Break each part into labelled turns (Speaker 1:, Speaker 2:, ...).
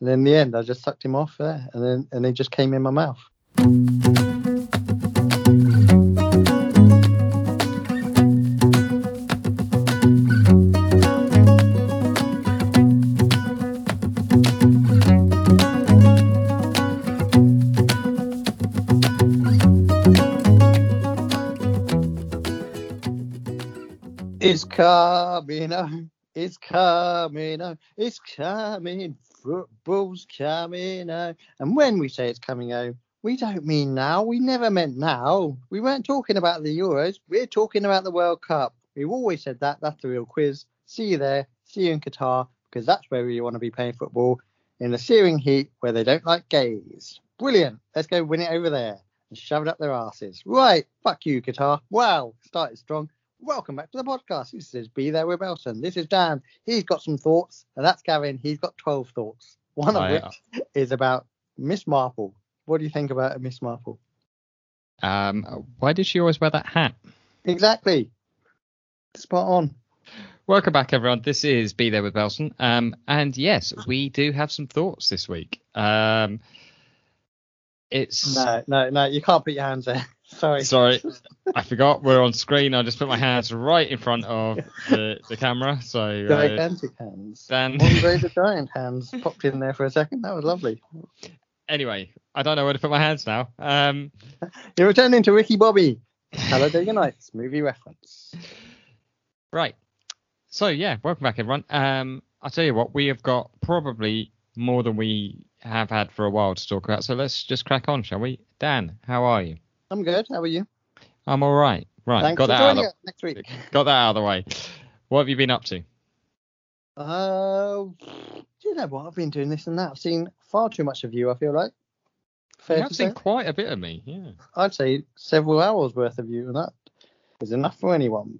Speaker 1: And in the end, I just sucked him off there, and then and they just came in my mouth. It's coming on. It's coming on. It's coming. Football's coming on. And when we say it's coming on, we don't mean now. We never meant now. We weren't talking about the Euros. We're talking about the World Cup. We've always said that. That's the real quiz. See you there. See you in Qatar because that's where we want to be playing football in the searing heat where they don't like gays. Brilliant. Let's go win it over there and shove it up their asses. Right. Fuck you, Qatar. Wow. Started strong. Welcome back to the podcast. This is Be There with Elson. This is Dan. He's got some thoughts, and that's Gavin. He's got 12 thoughts. One of
Speaker 2: I-
Speaker 1: which is about Miss Marple. What do you think about Miss Marple?
Speaker 2: Um, why did she always wear that hat?
Speaker 1: Exactly. Spot on.
Speaker 2: Welcome back, everyone. This is Be There with Belson. Um, and yes, we do have some thoughts this week. Um, it's
Speaker 1: No, no, no. You can't put your hands there. Sorry.
Speaker 2: sorry, I forgot we're on screen. I just put my hands right in front of the, the camera. So uh,
Speaker 1: Gigantic hands.
Speaker 2: Dan,
Speaker 1: Andre the Giant hands popped in there for a second. That was lovely.
Speaker 2: anyway, I don't know where to put my hands now. Um,
Speaker 1: You're returning to Ricky Bobby. Talladega Nights movie reference.
Speaker 2: Right. So yeah, welcome back everyone. Um, I'll tell you what, we have got probably more than we have had for a while to talk about. So let's just crack on, shall we? Dan, how are you?
Speaker 1: I'm good. How are you?
Speaker 2: I'm all right. Right,
Speaker 1: Thanks
Speaker 2: got
Speaker 1: for
Speaker 2: that out
Speaker 1: joining
Speaker 2: of
Speaker 1: us next week.
Speaker 2: the, got that out of the way. What have you been up to?
Speaker 1: Uh, do you know what? I've been doing this and that. I've seen far too much of you. I feel like. Fair
Speaker 2: You
Speaker 1: to
Speaker 2: have seen
Speaker 1: say.
Speaker 2: quite a bit of me. Yeah.
Speaker 1: I'd say several hours worth of you, and that is enough for anyone.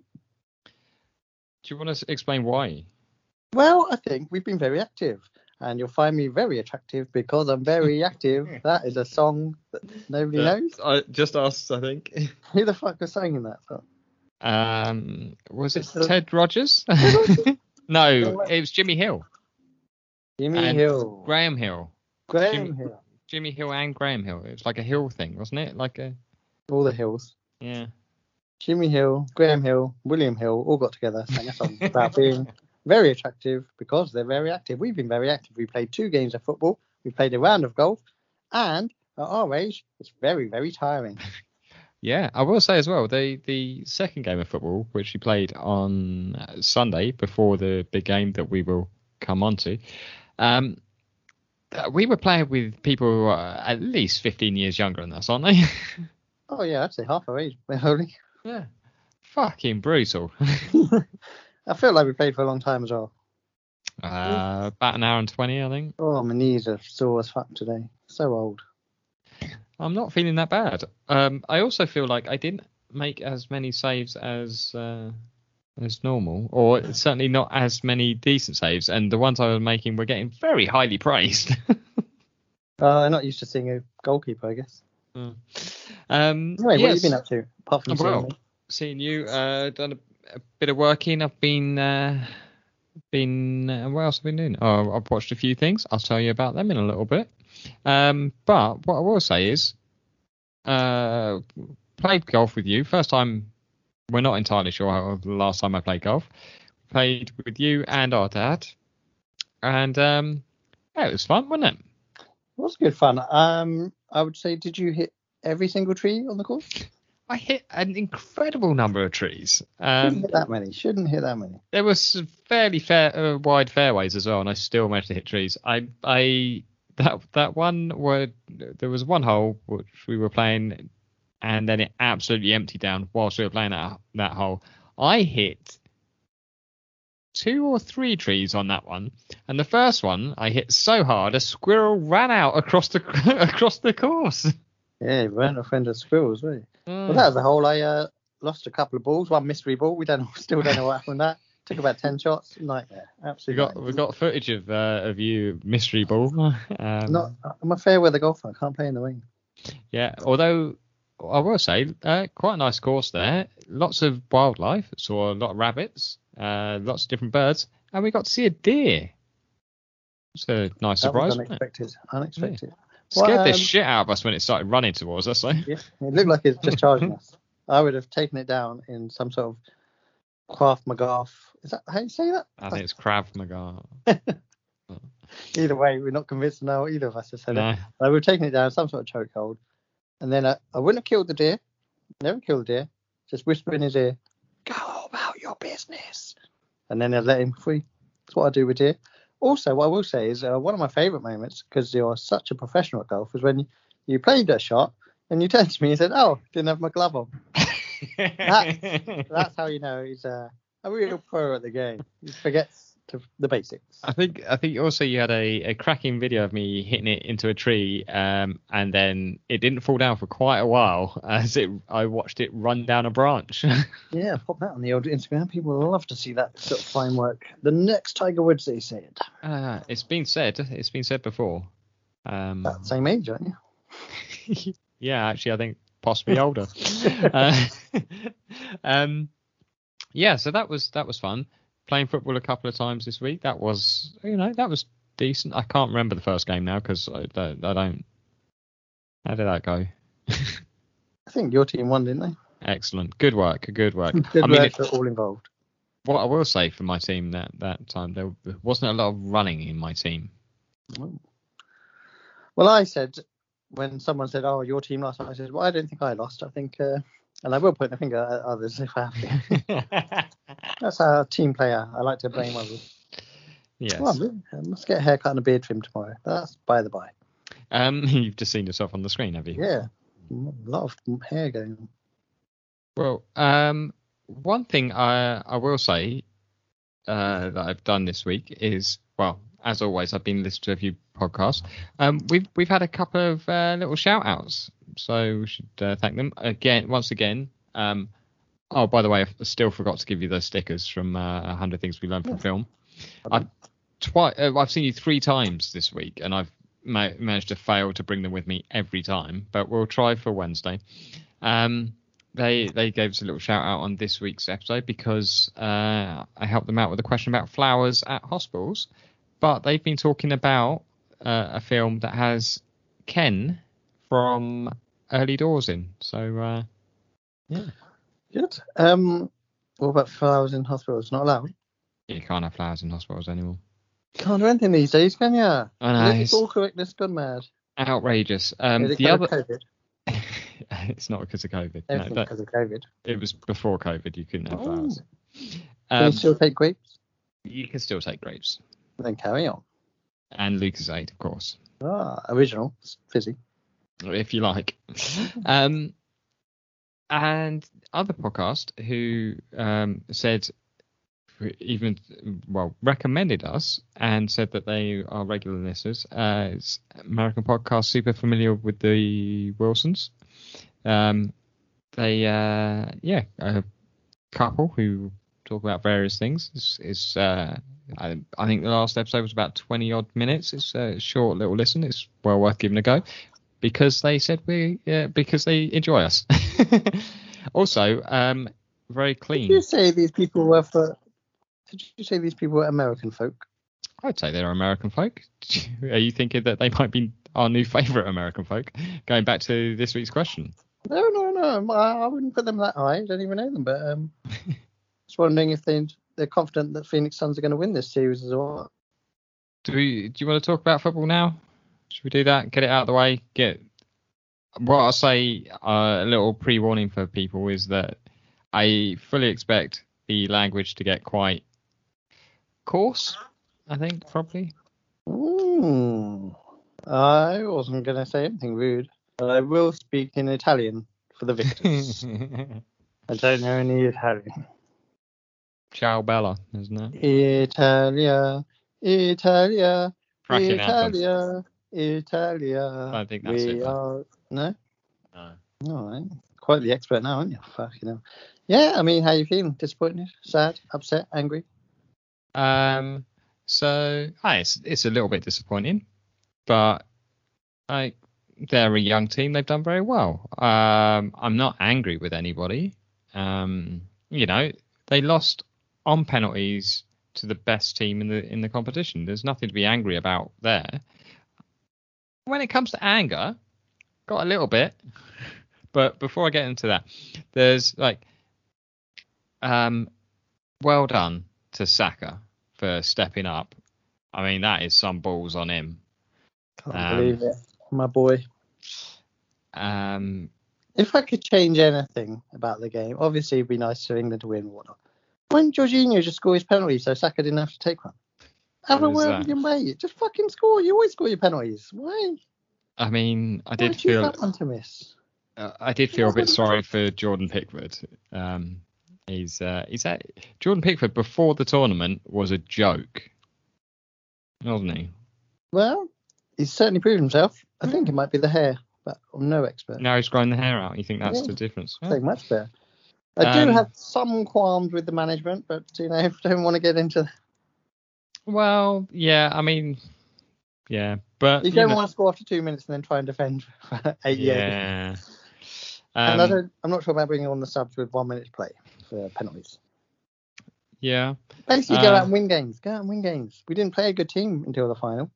Speaker 2: Do you want to explain why?
Speaker 1: Well, I think we've been very active, and you'll find me very attractive because I'm very active. That is a song that nobody knows.
Speaker 2: I just asked, I think.
Speaker 1: Who the fuck was singing that song?
Speaker 2: Um, was it
Speaker 1: It's the-
Speaker 2: Ted Rogers? no, it was Jimmy Hill,
Speaker 1: Jimmy
Speaker 2: And
Speaker 1: Hill.
Speaker 2: Graham Hill,
Speaker 1: Graham
Speaker 2: Jimmy-
Speaker 1: Hill.
Speaker 2: Jimmy Hill and Graham Hill. It was like a Hill thing, wasn't it? Like a
Speaker 1: All the Hills.
Speaker 2: yeah.
Speaker 1: Jimmy Hill, Graham Hill, William Hill all got together, sang a song about being very attractive because they're very active. We've been very active. We played two games of football, we played a round of golf, and at our age, it's very, very tiring.
Speaker 2: Yeah, I will say as well, the the second game of football, which we played on uh, Sunday before the big game that we will come on to, um, uh, we were playing with people who are at least 15 years younger than us, aren't they?
Speaker 1: Oh, yeah, I'd say half our age. we're holding.
Speaker 2: yeah. Fucking brutal.
Speaker 1: I feel like we played for a long time as well.
Speaker 2: Uh, about an hour and 20, I think.
Speaker 1: Oh, my knees are sore as fuck today. So old.
Speaker 2: I'm not feeling that bad. Um, I also feel like I didn't make as many saves as uh, as normal, or certainly not as many decent saves. And the ones I was making were getting very highly praised.
Speaker 1: Uh, I'm not used to seeing a goalkeeper, I guess.
Speaker 2: Mm. um,
Speaker 1: Anyway, what
Speaker 2: yes,
Speaker 1: have you been up to? Apart from
Speaker 2: Well,
Speaker 1: seeing me?
Speaker 2: seeing you, uh, done a, a bit of working. I've been uh, been uh, what else have I been doing? Oh, I've watched a few things. I'll tell you about them in a little bit. Um, but what I will say is, uh, played golf with you. First time, we're not entirely sure how the last time I played golf. Played with you and our dad, and um, yeah, it was fun, wasn't it?
Speaker 1: It was good fun. Um, I would say, did you hit every single tree on the course?
Speaker 2: I hit an incredible number of trees.
Speaker 1: Shouldn't
Speaker 2: Um,
Speaker 1: hit that many. Shouldn't hit that many.
Speaker 2: there were some fairly fair, uh, wide fairways as well, and I still managed to hit trees. I, I that that one where there was one hole which we were playing, and then it absolutely emptied down whilst we were playing that that hole. I hit two or three trees on that one, and the first one I hit so hard a squirrel ran out across the across the course.
Speaker 1: Yeah, you weren't a friend of squirrels, were you?
Speaker 2: Hmm.
Speaker 1: Well, that was the whole. I uh, lost a couple of balls, one mystery ball. We don't know, still don't know what happened. That took about ten shots. Nightmare.
Speaker 2: we
Speaker 1: Absolutely.
Speaker 2: got we got footage of uh, of you mystery ball. Um,
Speaker 1: Not. I'm a fair weather golfer. I can't play in the rain.
Speaker 2: Yeah, although I will say, uh, quite a nice course there. Lots of wildlife. Saw a lot of rabbits, uh, lots of different birds, and we got to see a deer. It's a nice
Speaker 1: That was
Speaker 2: surprise. wasn't it?
Speaker 1: unexpected. Unexpected.
Speaker 2: Scared
Speaker 1: Well,
Speaker 2: the
Speaker 1: um,
Speaker 2: shit out of us when it started running towards us. though.
Speaker 1: Yeah, it looked like it was discharging us. I would have taken it down in some sort of Krav McGarf. Is that how you say that?
Speaker 2: I think it's Krav Maga.
Speaker 1: Either way, we're not convinced now. Either of us have said it.
Speaker 2: No.
Speaker 1: But I would have taken it down some sort of chokehold, and then I, I wouldn't have killed the deer. Never killed the deer. Just whisper in his ear, "Go about your business," and then I'd let him free. That's what I do with deer. Also, what I will say is uh, one of my favourite moments because you're such a professional at golf is when you played that shot and you turned to me and said, "Oh, didn't have my glove on." That's how you know he's a, a real pro at the game. He forgets to, the basics.
Speaker 2: I think I think also you had a, a cracking video of me hitting it into a tree, um, and then it didn't fall down for quite a while as it I watched it run down a branch.
Speaker 1: Yeah, pop that on the old Instagram. People love to see that sort of fine work. The next Tiger Woods, they said.
Speaker 2: uh, it's been said, it's been said before. Um,
Speaker 1: That same age, aren't you?
Speaker 2: yeah, actually, I think possibly older. uh, um, yeah, so that was that was fun. Playing football a couple of times this week. That was you know that was decent. I can't remember the first game now because I, don't- I don't. How did that go?
Speaker 1: I think your team won, didn't
Speaker 2: Excellent. Good work. Good work.
Speaker 1: they? Good
Speaker 2: I mean,
Speaker 1: work
Speaker 2: if,
Speaker 1: for all involved.
Speaker 2: what I will say for my team that that time there wasn't a lot of running in my team.
Speaker 1: Well, I said when someone said, "Oh, your team lost," I said, "Well, I don't think I lost. I think," uh, and I will point the finger at others if I have to. That's our team player. I like to blame others.
Speaker 2: yes.
Speaker 1: Well, I must get a haircut and a beard trim tomorrow. That's by the by.
Speaker 2: Um, you've just seen yourself on the screen, have you?
Speaker 1: Yeah, a lot of hair going. on.
Speaker 2: Well, um, one thing I I will say uh, that I've done this week is well, as always, I've been listening to a few podcasts. Um, we've we've had a couple of uh, little shout outs, so we should uh, thank them again once again. Um, oh, by the way, I still forgot to give you those stickers from uh, hundred things we learned from film. I've twice uh, I've seen you three times this week, and I've ma- managed to fail to bring them with me every time. But we'll try for Wednesday. Um, they they gave us a little shout out on this week's episode because uh, I helped them out with a question about flowers at hospitals, but they've been talking about uh, a film that has Ken from Early Doors in. So uh,
Speaker 1: Good. Um, what about flowers in hospitals? Not allowed.
Speaker 2: you can't have flowers in hospitals anymore.
Speaker 1: Can't do anything these days, can ya?
Speaker 2: I know it's
Speaker 1: Political correctness gone mad.
Speaker 2: outrageous. Um,
Speaker 1: Is it
Speaker 2: the
Speaker 1: because
Speaker 2: other
Speaker 1: of COVID?
Speaker 2: it's not because of COVID. No,
Speaker 1: Everything
Speaker 2: that-
Speaker 1: because of COVID.
Speaker 2: it was before COVID. You couldn't have
Speaker 1: Oh.
Speaker 2: flowers.
Speaker 1: Can
Speaker 2: Um,
Speaker 1: you still take grapes?
Speaker 2: you can still take grapes
Speaker 1: Then carry on.
Speaker 2: and Lucasade, of course.
Speaker 1: Ah, original. It's fizzy.
Speaker 2: Hmm. if you like. Um, and other podcast who um, said even well recommended us and said that they are regular listeners. Uh, it's American podcast, super familiar with the Wilsons. Um, they uh, yeah, a couple who talk about various things. It's, it's uh, I, I think the last episode was about twenty odd minutes. It's a short little listen. It's well worth giving a go because they said we uh, because they enjoy us. also, um, very
Speaker 1: Did you
Speaker 2: clean.
Speaker 1: say these people were for? Did you say these people were American folk?
Speaker 2: I'd say they're American folk. Are you thinking that they might be our new favourite American folk? Going back to this week's question.
Speaker 1: No, no, no. I, I wouldn't put them that high. I don't even know them, but um, just wondering if they they're confident that Phoenix Suns are going to win this series as well.
Speaker 2: Do we, do you want to talk about football now? Should we do that? Get it out of the way. Get what I'll say. Uh, a little pre-warning for people is that I fully expect the language to get quite coarse. I think probably.
Speaker 1: Mm. I wasn't going to say anything rude, but I will speak in Italian for the victors. I don't know any Italian.
Speaker 2: Ciao Bella, isn't it?
Speaker 1: Italia, Italia,
Speaker 2: Cracking anthem.
Speaker 1: Italia, Italia.
Speaker 2: I think that's
Speaker 1: we
Speaker 2: it, though.
Speaker 1: Are... No?
Speaker 2: No.
Speaker 1: All right. Quite the expert now, aren't you? Fucking hell. Yeah, I mean, how you feeling? Disappointed? Sad? Upset? Angry?
Speaker 2: Um, so ah, it's it's a little bit disappointing, but like they're a young team, they've done very well. Um, I'm not angry with anybody. Um, you know, they lost on penalties to the best team in the in the competition. There's nothing to be angry about there. When it comes to anger, got a little bit, but before I get into that, there's like, um, well done to Saka for stepping up. I mean, that is some balls on him.
Speaker 1: Can't
Speaker 2: Um,
Speaker 1: believe it, my boy.
Speaker 2: Um,
Speaker 1: If I could change anything about the game, obviously it'd be nice for England to win and whatnot. When Jorginho just scored his penalty, so Saka didn't have to take one. Have
Speaker 2: What
Speaker 1: a
Speaker 2: is
Speaker 1: word
Speaker 2: that?
Speaker 1: with your mate. Just fucking score. You always score your penalties. Why?
Speaker 2: I mean, I
Speaker 1: Why
Speaker 2: did
Speaker 1: did you
Speaker 2: feel
Speaker 1: that one to miss?
Speaker 2: uh, I did feel a bit sorry for Jordan Pickford. Um, he's uh, he's at, Jordan Pickford before the tournament was a joke, wasn't he?
Speaker 1: Well, he's certainly proved himself. I think it might be the hair, but I'm no expert.
Speaker 2: Now he's growing the hair out. You think that's
Speaker 1: Yeah.
Speaker 2: the difference?
Speaker 1: I
Speaker 2: Yeah.
Speaker 1: think much better. I do
Speaker 2: Um,
Speaker 1: have some qualms with the management, but you know, I don't want to get into.
Speaker 2: Well, yeah. I mean, yeah, but
Speaker 1: You don't
Speaker 2: know-
Speaker 1: want to score after two minutes and then try and defend for eight years.
Speaker 2: yeah.
Speaker 1: And I
Speaker 2: Um,
Speaker 1: don't, I'm not sure about bringing on the subs with one minute to play for penalties.
Speaker 2: yeah.
Speaker 1: Basically, go
Speaker 2: Uh,
Speaker 1: out and win games. Go out and win games. We didn't play a good team until the final.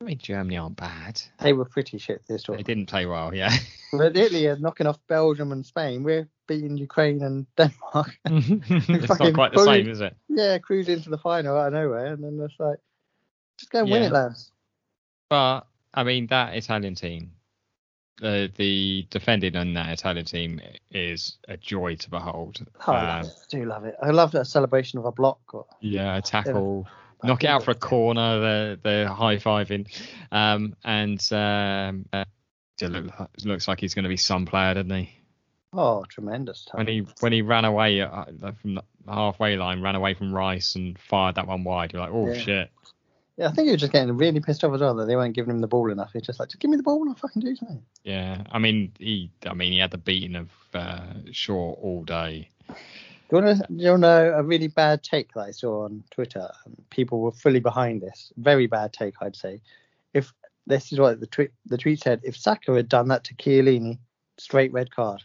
Speaker 2: I mean, Germany aren't bad.
Speaker 1: They were pretty shit this
Speaker 2: They
Speaker 1: tournament.
Speaker 2: didn't play well. Yeah.
Speaker 1: But Italy are knocking off Belgium and Spain. We're beating Ukraine and Denmark.
Speaker 2: it's not
Speaker 1: fucking
Speaker 2: quite the
Speaker 1: bullied.
Speaker 2: same, is it?
Speaker 1: yeah, cruise into the final out of nowhere, and then it's like, just go and win
Speaker 2: Yeah.
Speaker 1: it, lads.
Speaker 2: But I mean, that Italian team, the the defending on that Italian team is a joy to behold.
Speaker 1: Oh, I love
Speaker 2: Um,
Speaker 1: it. I do love it. I love that celebration of a block. Or,
Speaker 2: yeah, a tackle, knock it out for a corner. They're they're high fiving, um, and um, uh, it look, it looks like he's going to be some player, doesn't he?
Speaker 1: oh, tremendous time.
Speaker 2: When he when he ran away uh, from the halfway line, ran away from Rice and fired that one wide. You're like, oh
Speaker 1: Yeah.
Speaker 2: shit.
Speaker 1: Yeah, I think he was just getting really pissed off as well that they weren't giving him the ball enough. He's just like, just give me the ball and I'll fucking do something.
Speaker 2: Yeah, I mean he, I mean he had the beating of uh, Shaw all day.
Speaker 1: Do you, want to, do you want to know a really bad take that I saw on Twitter? And people were fully behind this. Very bad take, I'd say. If this is what the tweet the tweet said, if Saka had done that to Chiellini, straight red card.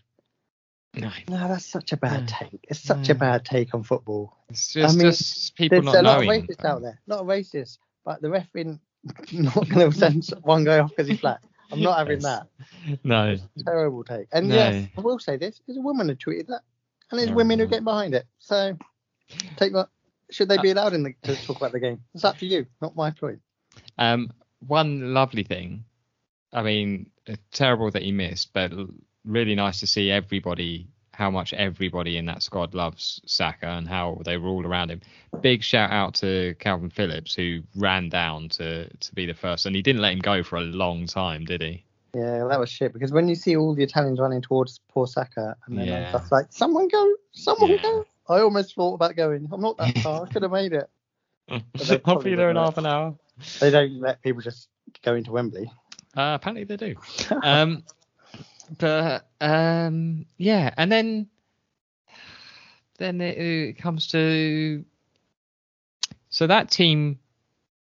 Speaker 2: No,
Speaker 1: No, that's such a bad
Speaker 2: Yeah.
Speaker 1: take. It's such a
Speaker 2: Yeah.
Speaker 1: bad take on football.
Speaker 2: It's just,
Speaker 1: mean,
Speaker 2: just Mm. people
Speaker 1: There's
Speaker 2: not
Speaker 1: a lot of
Speaker 2: knowing.
Speaker 1: racists out there. A lot of racists, but the ref in not going to send one guy off because he's black. I'm not having
Speaker 2: Yes.
Speaker 1: that.
Speaker 2: No,
Speaker 1: Terrible take. And
Speaker 2: No.
Speaker 1: yes, I will say this: there's a woman who tweeted that, and there's
Speaker 2: Yeah,
Speaker 1: women who
Speaker 2: yeah.
Speaker 1: get behind it. So, take what should they
Speaker 2: Uh,
Speaker 1: be allowed in the, to talk about the game? It's up to you, not my point.
Speaker 2: um, one lovely thing. I mean, uh, terrible that he missed, but l- really nice to see everybody, how much everybody in that squad loves Saka and how they were all around him. Big shout out to Calvin Phillips who ran down to to be the first, and he didn't let him go for a long time, did he?
Speaker 1: Yeah, that was shit because when you see all the Italians running towards poor Saka, and then
Speaker 2: Yeah.
Speaker 1: I'm just like, someone go, someone
Speaker 2: Yeah.
Speaker 1: go. I almost thought about going. I'm not that far. I could have made it. they
Speaker 2: Hopefully
Speaker 1: probably
Speaker 2: they're in
Speaker 1: didn't.
Speaker 2: half an hour.
Speaker 1: They don't let people just go into Wembley.
Speaker 2: Uh, apparently they do. Um, but um, yeah, and then then it, it comes to so that team,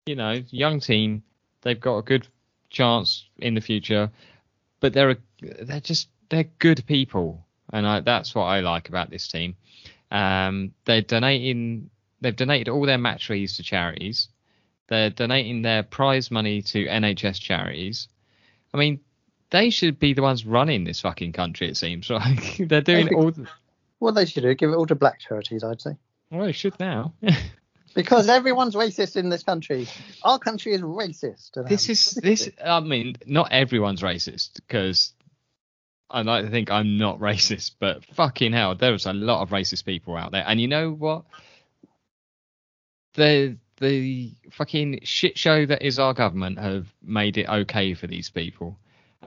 Speaker 2: you know, young team, they've got a good chance in the future, but they're a, they're just they're good people, and I, that's what I like about this team. Um, they're donating. They've donated all their match fees to charities. They're donating their prize money to NHS charities. I mean, they should be the ones running this fucking country. It seems like they're doing
Speaker 1: Maybe.
Speaker 2: all. The,
Speaker 1: What they should do, give it all to black charities, I'd say.
Speaker 2: well, they should now.
Speaker 1: Because everyone's racist in this country. Our country is racist. and,
Speaker 2: this
Speaker 1: um,
Speaker 2: is this. I mean, not everyone's racist because I like to think I'm not racist, but fucking hell, there's a lot of racist people out there, and you know what? The the fucking shit show that is our government have made it okay for these people,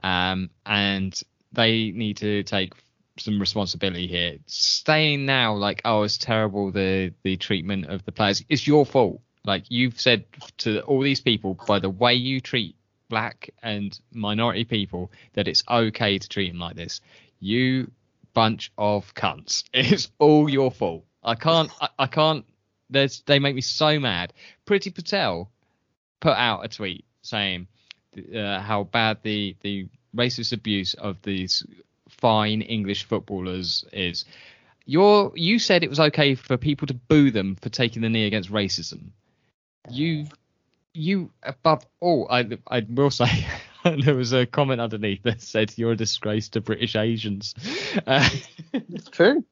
Speaker 2: um, and they need to take some responsibility here. Staying now, like, oh, it's terrible the the treatment of the players. It's your fault. Like you've said to all these people, by the way you treat black and minority people, that it's okay to treat them like this. You bunch of cunts. It's all your fault. I can't. I, I can't. There's. They make me so mad. Pretty Patel put out a tweet saying uh, how bad the the racist abuse of these fine English footballers is. You're, you said it was okay for people to boo them for taking the knee against racism. You, you above all, I, I will say, there was a comment underneath that said you're a disgrace to British Asians. Uh,
Speaker 1: It's true.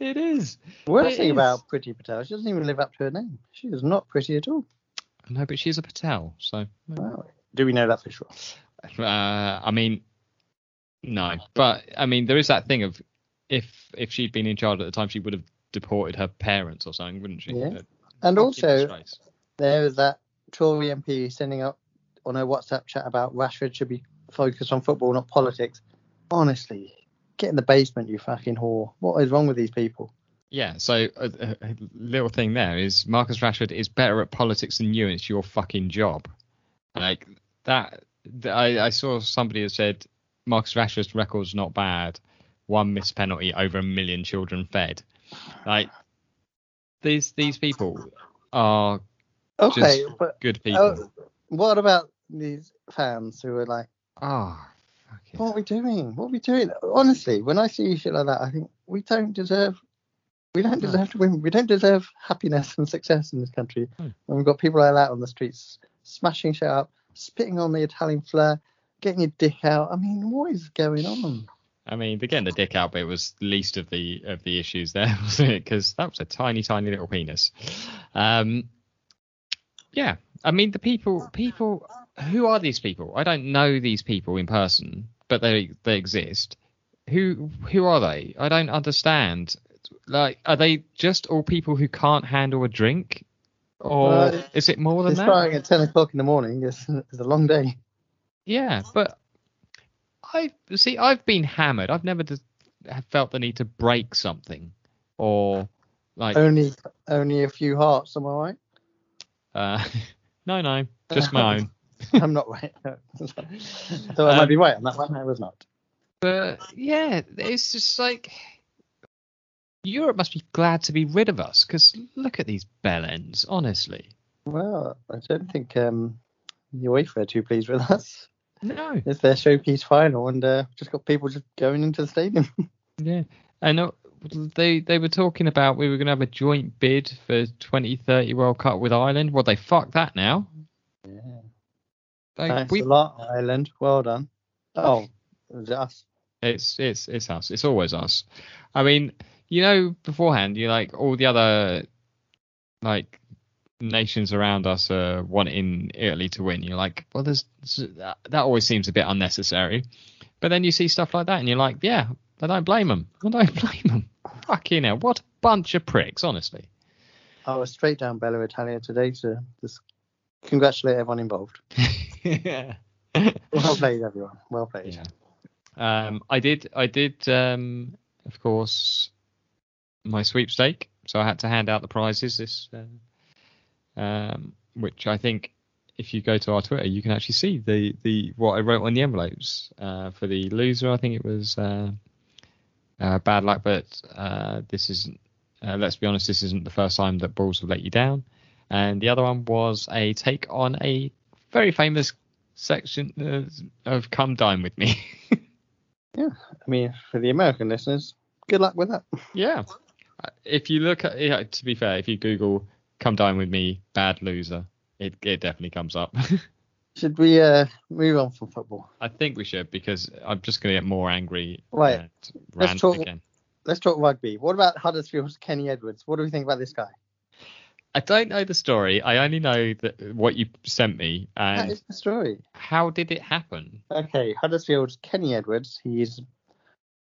Speaker 2: it is.
Speaker 1: Worst
Speaker 2: It
Speaker 1: thing
Speaker 2: is.
Speaker 1: about Pretty Patel, she doesn't even live up to her name. She is not pretty at all.
Speaker 2: No, but she's a Patel, so.
Speaker 1: Wow. Do we know that for sure?
Speaker 2: Uh, I mean, no, but I mean, there is that thing of if if she'd been in charge at the time, she would have deported her parents or something, wouldn't she?
Speaker 1: Yeah.
Speaker 2: Uh,
Speaker 1: And
Speaker 2: fucking
Speaker 1: also,
Speaker 2: disgrace.
Speaker 1: there is that Tory MP sending up on her WhatsApp chat about Rashford should be focused on football, not politics. Honestly, get in the basement, you fucking whore. What is wrong with these people?
Speaker 2: yeah. So uh, uh, a little thing there is Marcus Rashford is better at politics than you, and it's your fucking job. Like that. th- I, I saw somebody that said Marcus Rashford's record's not bad. One missed penalty, over a million children fed. Like these these people are
Speaker 1: Okay,
Speaker 2: Just-
Speaker 1: but
Speaker 2: good people.
Speaker 1: oh, what about these fans who are like,
Speaker 2: Ah,
Speaker 1: what are we doing? What are we doing? Honestly, when I see shit like that, I think we don't deserve. We don't
Speaker 2: No.
Speaker 1: deserve to win. We don't deserve happiness and success in this country.
Speaker 2: No.
Speaker 1: When we've got people like that on the streets smashing shit up, spitting on the Italian flair, getting your dick out. I mean, what is going on?
Speaker 2: I mean, the getting the dick out bit was least of the of the issues there, wasn't it? Because that was a tiny, tiny little penis. Um, yeah, I mean, the people, people, who are these people? I don't know these people in person, but they they exist. Who who are they? I don't understand. Like, are they just all people who can't handle a drink, or
Speaker 1: Well,
Speaker 2: is it more than
Speaker 1: It's
Speaker 2: that?
Speaker 1: starting at ten o'clock in the morning. It's, it's a long day.
Speaker 2: Yeah, but I see. I've been hammered. I've never d- have felt the need to break something, or like,
Speaker 1: Only, only a few hearts. Am I right?
Speaker 2: uh, no, no, just my own.
Speaker 1: I'm not right. I thought I might
Speaker 2: Um,
Speaker 1: be right on that one. I was not.
Speaker 2: But yeah, it's just like Europe must be glad to be rid of us because look at these bell ends. Honestly,
Speaker 1: Well, I don't think um, UEFA are too pleased with us.
Speaker 2: no.
Speaker 1: It's their showpiece final, and uh, just got people just going into the stadium.
Speaker 2: Yeah, and uh, they they were talking about we were going to have a joint bid for 2030 World Cup with Ireland. Well, they fucked that now.
Speaker 1: Yeah.
Speaker 2: They,
Speaker 1: Thanks
Speaker 2: we
Speaker 1: a lot, Ireland. Well done. Oh, it was us.
Speaker 2: It's it's it's us. It's always us. I mean, you know, beforehand, you like all the other like nations around us are wanting Italy to win. You're like, well, there's that that always seems a bit unnecessary. But then you see stuff like that, and you're like, yeah, I don't blame them. I don't blame them. Fucking hell, what a bunch of pricks, honestly.
Speaker 1: I was straight down Bella Italia today to just congratulate everyone involved.
Speaker 2: yeah.
Speaker 1: Well played, everyone. Well played.
Speaker 2: Yeah. Um, I did. I did. Um, of course, my sweepstake. So I had to hand out the prizes. This, uh, um, which I think, if you go to our Twitter, you can actually see the the what I wrote on the envelopes. Uh, for the loser, I think it was uh, uh, bad luck, but uh, this isn't. Uh, let's be honest, this isn't the first time that balls have let you down. And the other one was a take on a very famous section uh, of "Come Dine with Me."
Speaker 1: I mean, for the American listeners, good luck with that.
Speaker 2: Yeah. Uh, If you look at, yeah, to be fair, if you Google "come dine with me, bad loser," it it definitely comes up.
Speaker 1: Should we uh, move on from football?
Speaker 2: I think we should because I'm just going to get more angry.
Speaker 1: Right.
Speaker 2: and
Speaker 1: Let's
Speaker 2: rant
Speaker 1: talk-
Speaker 2: again.
Speaker 1: Let's talk rugby. What about Huddersfield's Kenny Edwards? What do we think about this guy?
Speaker 2: I don't know the story. I only know that what you sent me
Speaker 1: That
Speaker 2: and
Speaker 1: is the story.
Speaker 2: how did it happen.
Speaker 1: Okay, Huddersfield's Kenny Edwards. He's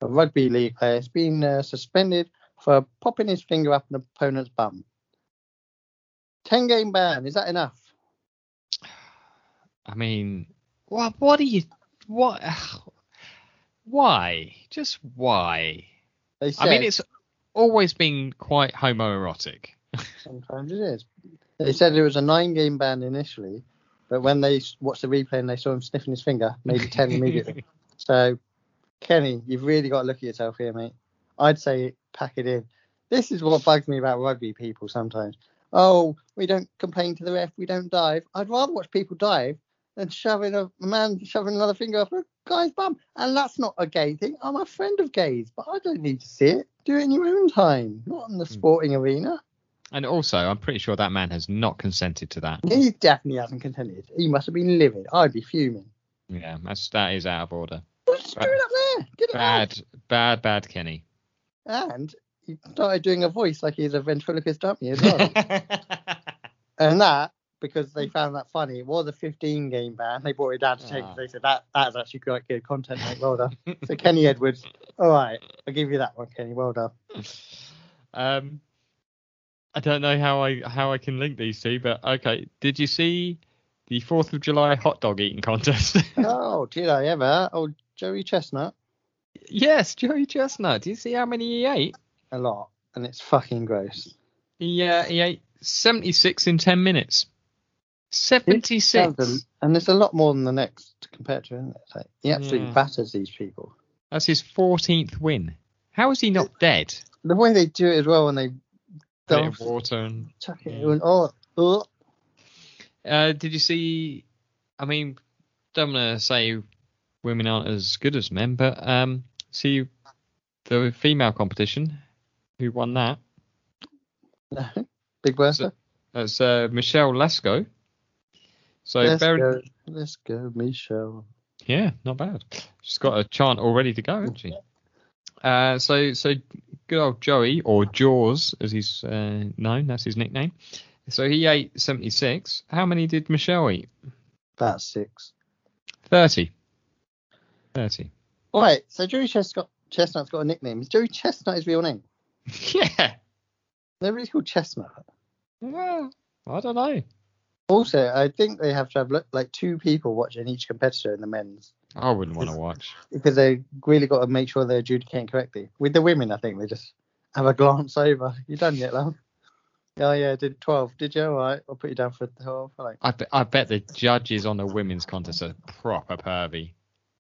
Speaker 1: a rugby league player. He's been uh, suspended for popping his finger up an opponent's bum. 10 game ban. Is that enough?
Speaker 2: I mean, what what do you what? Why? Just why?
Speaker 1: They said,
Speaker 2: I mean, it's always been quite homoerotic.
Speaker 1: sometimes it is. They said it was a nine game ban initially, but when they s- watched the replay and they saw him sniffing his finger, maybe 10 immediately. So, Kenny, you've really got to look at yourself here, mate. I'd say pack it in. This is what bugs me about rugby people sometimes. Oh, we don't complain to the ref, we don't dive. I'd rather watch people dive than shoving a man shoving another finger up a guy's bum. And that's not a gay thing. I'm a friend of gays, but I don't need to see it. Do it in your own time, not in the sporting arena.
Speaker 2: And also, I'm pretty sure that man has not consented to that.
Speaker 1: He definitely hasn't consented. He must have been livid. I'd be fuming.
Speaker 2: Yeah, that's that is out of order.
Speaker 1: What's doing up there? Get it out.
Speaker 2: Bad, bad, bad, Kenny.
Speaker 1: And he started doing a voice like he's a ventriloquist dummy as well. and that, because they found that funny, it was a 15 game ban. They brought it down to 10
Speaker 2: Ah.
Speaker 1: because they said that that's actually quite good content, mate. Well done. so Kenny Edwards, all right, I'll give you that one, Kenny. Well done.
Speaker 2: um, I don't know how I how I can link these two, but okay. Did you see the Fourth of July hot dog eating contest?
Speaker 1: oh, did I ever? Oh, Joey Chestnut,
Speaker 2: yes, Joey Chestnut. Do you see how many he ate?
Speaker 1: a lot. And it's fucking gross.
Speaker 2: He uh, he ate 76 in 10 minutes.
Speaker 1: Thousand-
Speaker 2: 76.
Speaker 1: And there's a lot more than the next compared to, isn't it? It's Like, he absolutely
Speaker 2: Yeah.
Speaker 1: batters these people.
Speaker 2: That's his 14th win. How is he not dead?
Speaker 1: The way they do it as well when they
Speaker 2: Bit of
Speaker 1: dump-
Speaker 2: water and
Speaker 1: chuck it
Speaker 2: Yeah.
Speaker 1: in. Oh, oh.
Speaker 2: Uh, did you see? I mean, don't want to say women aren't as good as men, but um, see the female competition. Who won that?
Speaker 1: Big Bertha.
Speaker 2: That's uh, Michelle Lesko. So
Speaker 1: let's,
Speaker 2: bear in-
Speaker 1: go, let's go, Michelle.
Speaker 2: yeah, not bad. She's got a chant all ready to go, hasn't she? Uh, so so good old Joey or Jaws as he's uh, known. That's his nickname. So he ate 76. How many did Michelle eat?
Speaker 1: That's six.
Speaker 2: 30. 30.
Speaker 1: All right, so Joey Chestnut, Chestnut's got a nickname. Is Joey Chestnut his real name?
Speaker 2: yeah.
Speaker 1: Nobody's called Chestnut.
Speaker 2: Well, I don't know.
Speaker 1: Also, I think they have to have look, like two people watching each competitor in the men's
Speaker 2: I wouldn't want to watch.
Speaker 1: because they really got to make sure they're adjudicating correctly. With the women, I think they just have a glance over. You done yet, love? Oh yeah, I did twelve. Did you? All right, I'll put you down for twelve. Like,
Speaker 2: I, be- I bet the judges on the women's contest are proper pervy.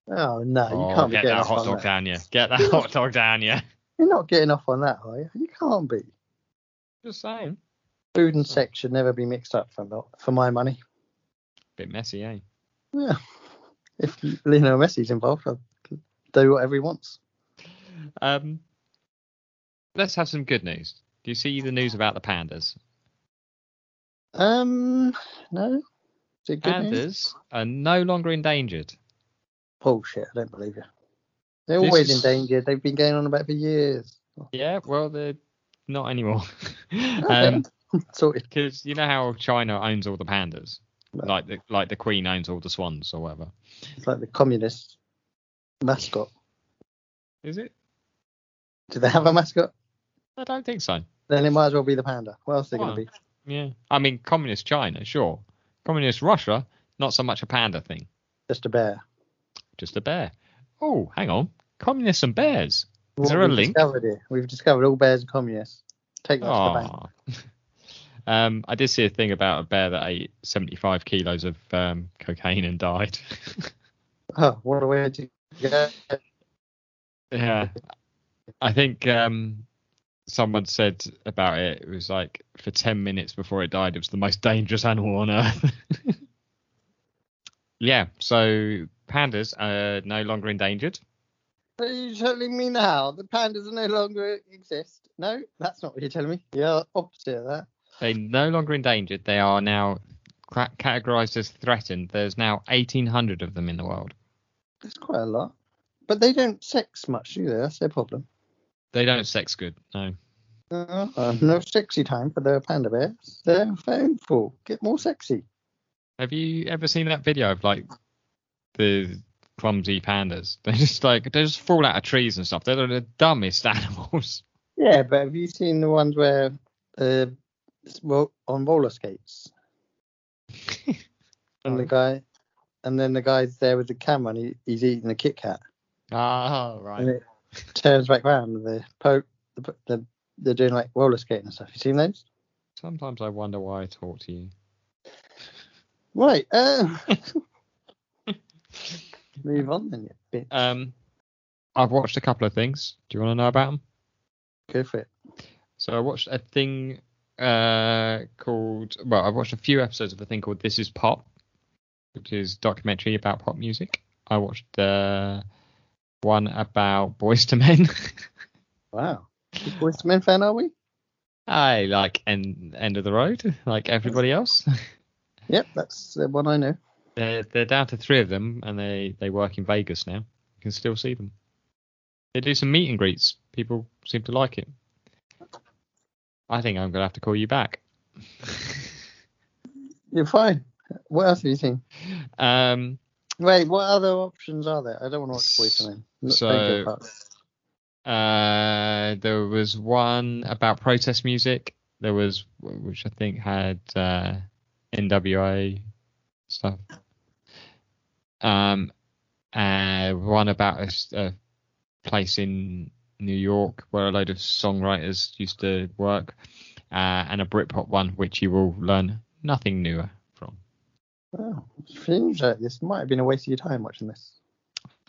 Speaker 1: oh no, you
Speaker 2: oh,
Speaker 1: can't be
Speaker 2: get
Speaker 1: getting
Speaker 2: that
Speaker 1: off
Speaker 2: hot
Speaker 1: on
Speaker 2: dog
Speaker 1: that.
Speaker 2: down you. Get that hot dog down you.
Speaker 1: You're not getting off on that, are you? You can't be.
Speaker 2: Just saying.
Speaker 1: Food
Speaker 2: Hmm.
Speaker 1: and sex should never be mixed up for my- for my money.
Speaker 2: Bit messy, eh?
Speaker 1: Yeah. If Lionel Messi's involved, I'll do whatever he wants.
Speaker 2: Um, let's have some good news. Do you see the news about the pandas?
Speaker 1: Um, no. Is it good
Speaker 2: pandas
Speaker 1: news?
Speaker 2: are no longer endangered.
Speaker 1: Bullshit. I don't believe you. They're
Speaker 2: This
Speaker 1: always
Speaker 2: is- Um,
Speaker 1: endangered. They've been going on about for years.
Speaker 2: Yeah, well, they're not anymore.
Speaker 1: Okay.
Speaker 2: um,
Speaker 1: Sorted.
Speaker 2: because you know how China owns all the pandas,
Speaker 1: Right.
Speaker 2: like the like the Queen owns all the swans or whatever.
Speaker 1: It's like the communist mascot.
Speaker 2: Is it?
Speaker 1: Do they have a mascot?
Speaker 2: I don't think so.
Speaker 1: Then it might as well be the panda. What else are they going to
Speaker 2: Why?
Speaker 1: be?
Speaker 2: Yeah. I mean, communist China, sure. Communist Russia, not so much a panda thing,
Speaker 1: Just a bear.
Speaker 2: just a bear. Oh, hang on. Communists and bears. Is
Speaker 1: What
Speaker 2: there a
Speaker 1: we've
Speaker 2: link?
Speaker 1: Discovered here. We've discovered all bears are communists. Take that to the bank.
Speaker 2: Aw. Ah. um, I did see a thing about a bear that ate 75 kilos of um, cocaine and died.
Speaker 1: Oh, what a way to go.
Speaker 2: yeah. I think um, someone said about it, it was like for 10 minutes before it died, it was the most dangerous animal on earth. yeah. So pandas are no longer endangered.
Speaker 1: Are you telling me now the pandas no longer exist? No, that's not what you're telling me. You're opposite of that.
Speaker 2: They're no longer endangered. They are now cla- categorized as threatened. There's now 1,800 of them in the world.
Speaker 1: That's quite a lot. But they don't sex much, do they? That's their problem.
Speaker 2: They don't sex good. No.
Speaker 1: Uh, no sexy time for the panda bears. They're painful. Get more sexy.
Speaker 2: Have you ever seen that video of like the clumsy pandas? They just like they just fall out of trees and stuff. They're the dumbest animals.
Speaker 1: Yeah, but have you seen the ones where uh, it's ro- on roller skates and the guy, and then the guy's there with the camera and he, he's eating a Kit Kat
Speaker 2: oh right.
Speaker 1: and it turns back round and the poke, the, the, they're doing like roller skating and stuff. You seen those?
Speaker 2: Sometimes I wonder why I talk to you.
Speaker 1: Right. Uh, move on then, you bitch.
Speaker 2: Um, I've watched a couple of things. Do you want to know about them?
Speaker 1: Go for it.
Speaker 2: So I watched a thing uh, called well, I watched a few episodes of a thing called This Is Pop, which is a documentary about pop music. I watched the one about Boys to Men.
Speaker 1: Wow. Big Boys to Men fan, are we?
Speaker 2: I like end end of the road, like everybody else.
Speaker 1: Yep, that's the one I know.
Speaker 2: They're they're down to three of them, and they they work in Vegas now. You can still see them. They do some meet and greets. People seem to like it. I think I'm gonna have to call you back.
Speaker 1: You're fine. What else have you seen?
Speaker 2: um,
Speaker 1: Wait, what other options are there? I don't want to watch Boys to Men. Not
Speaker 2: So-
Speaker 1: very good part.
Speaker 2: Uh, there was one about protest music. There was which I think had uh, NWA stuff. Um, uh, one about a, s- a place in New York where a load of songwriters used to work, uh, and a Britpop one which you will learn nothing newer from.
Speaker 1: Wow. Seems like this might have been a waste of your time watching this.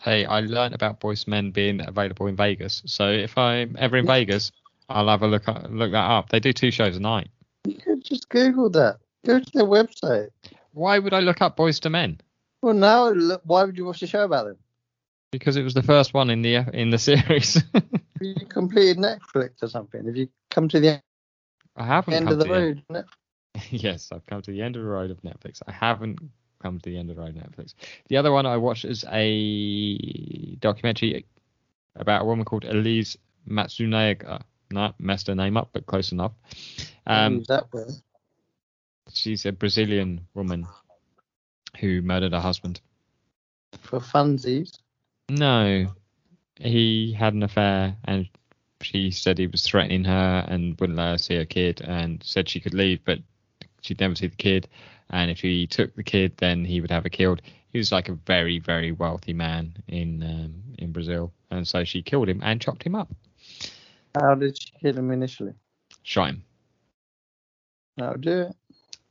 Speaker 2: Hey, I learned about Boys Men being available in Vegas. So if I'm ever in Vegas, I'll have a look look that up. They do two shows a night.
Speaker 1: You could just Google that. Go to their website.
Speaker 2: Why would I look up Boys to Men?
Speaker 1: Well, now, look, why would you watch the show about them?
Speaker 2: Because it was the first one in the in the series.
Speaker 1: If you completed Netflix or something, if you come to the
Speaker 2: I haven't
Speaker 1: end
Speaker 2: come
Speaker 1: of the
Speaker 2: to the end-
Speaker 1: road, Net-
Speaker 2: yes, I've come to the end of the road of Netflix. I haven't come to the end of the road of Netflix. The other one I watched is a documentary about a woman called Elise Matsunaga. Not messed her name up, but close enough. Um,
Speaker 1: use that word.
Speaker 2: She's a Brazilian woman who murdered her husband.
Speaker 1: for funsies.
Speaker 2: No, he had an affair, and she said he was threatening her and wouldn't let her see her kid, and said she could leave, but she'd never see the kid. And if he took the kid, then he would have her killed. He was like a very, very wealthy man in um, in Brazil, and so she killed him and chopped him up,
Speaker 1: How did she kill him initially?
Speaker 2: shot him.
Speaker 1: That'll do it.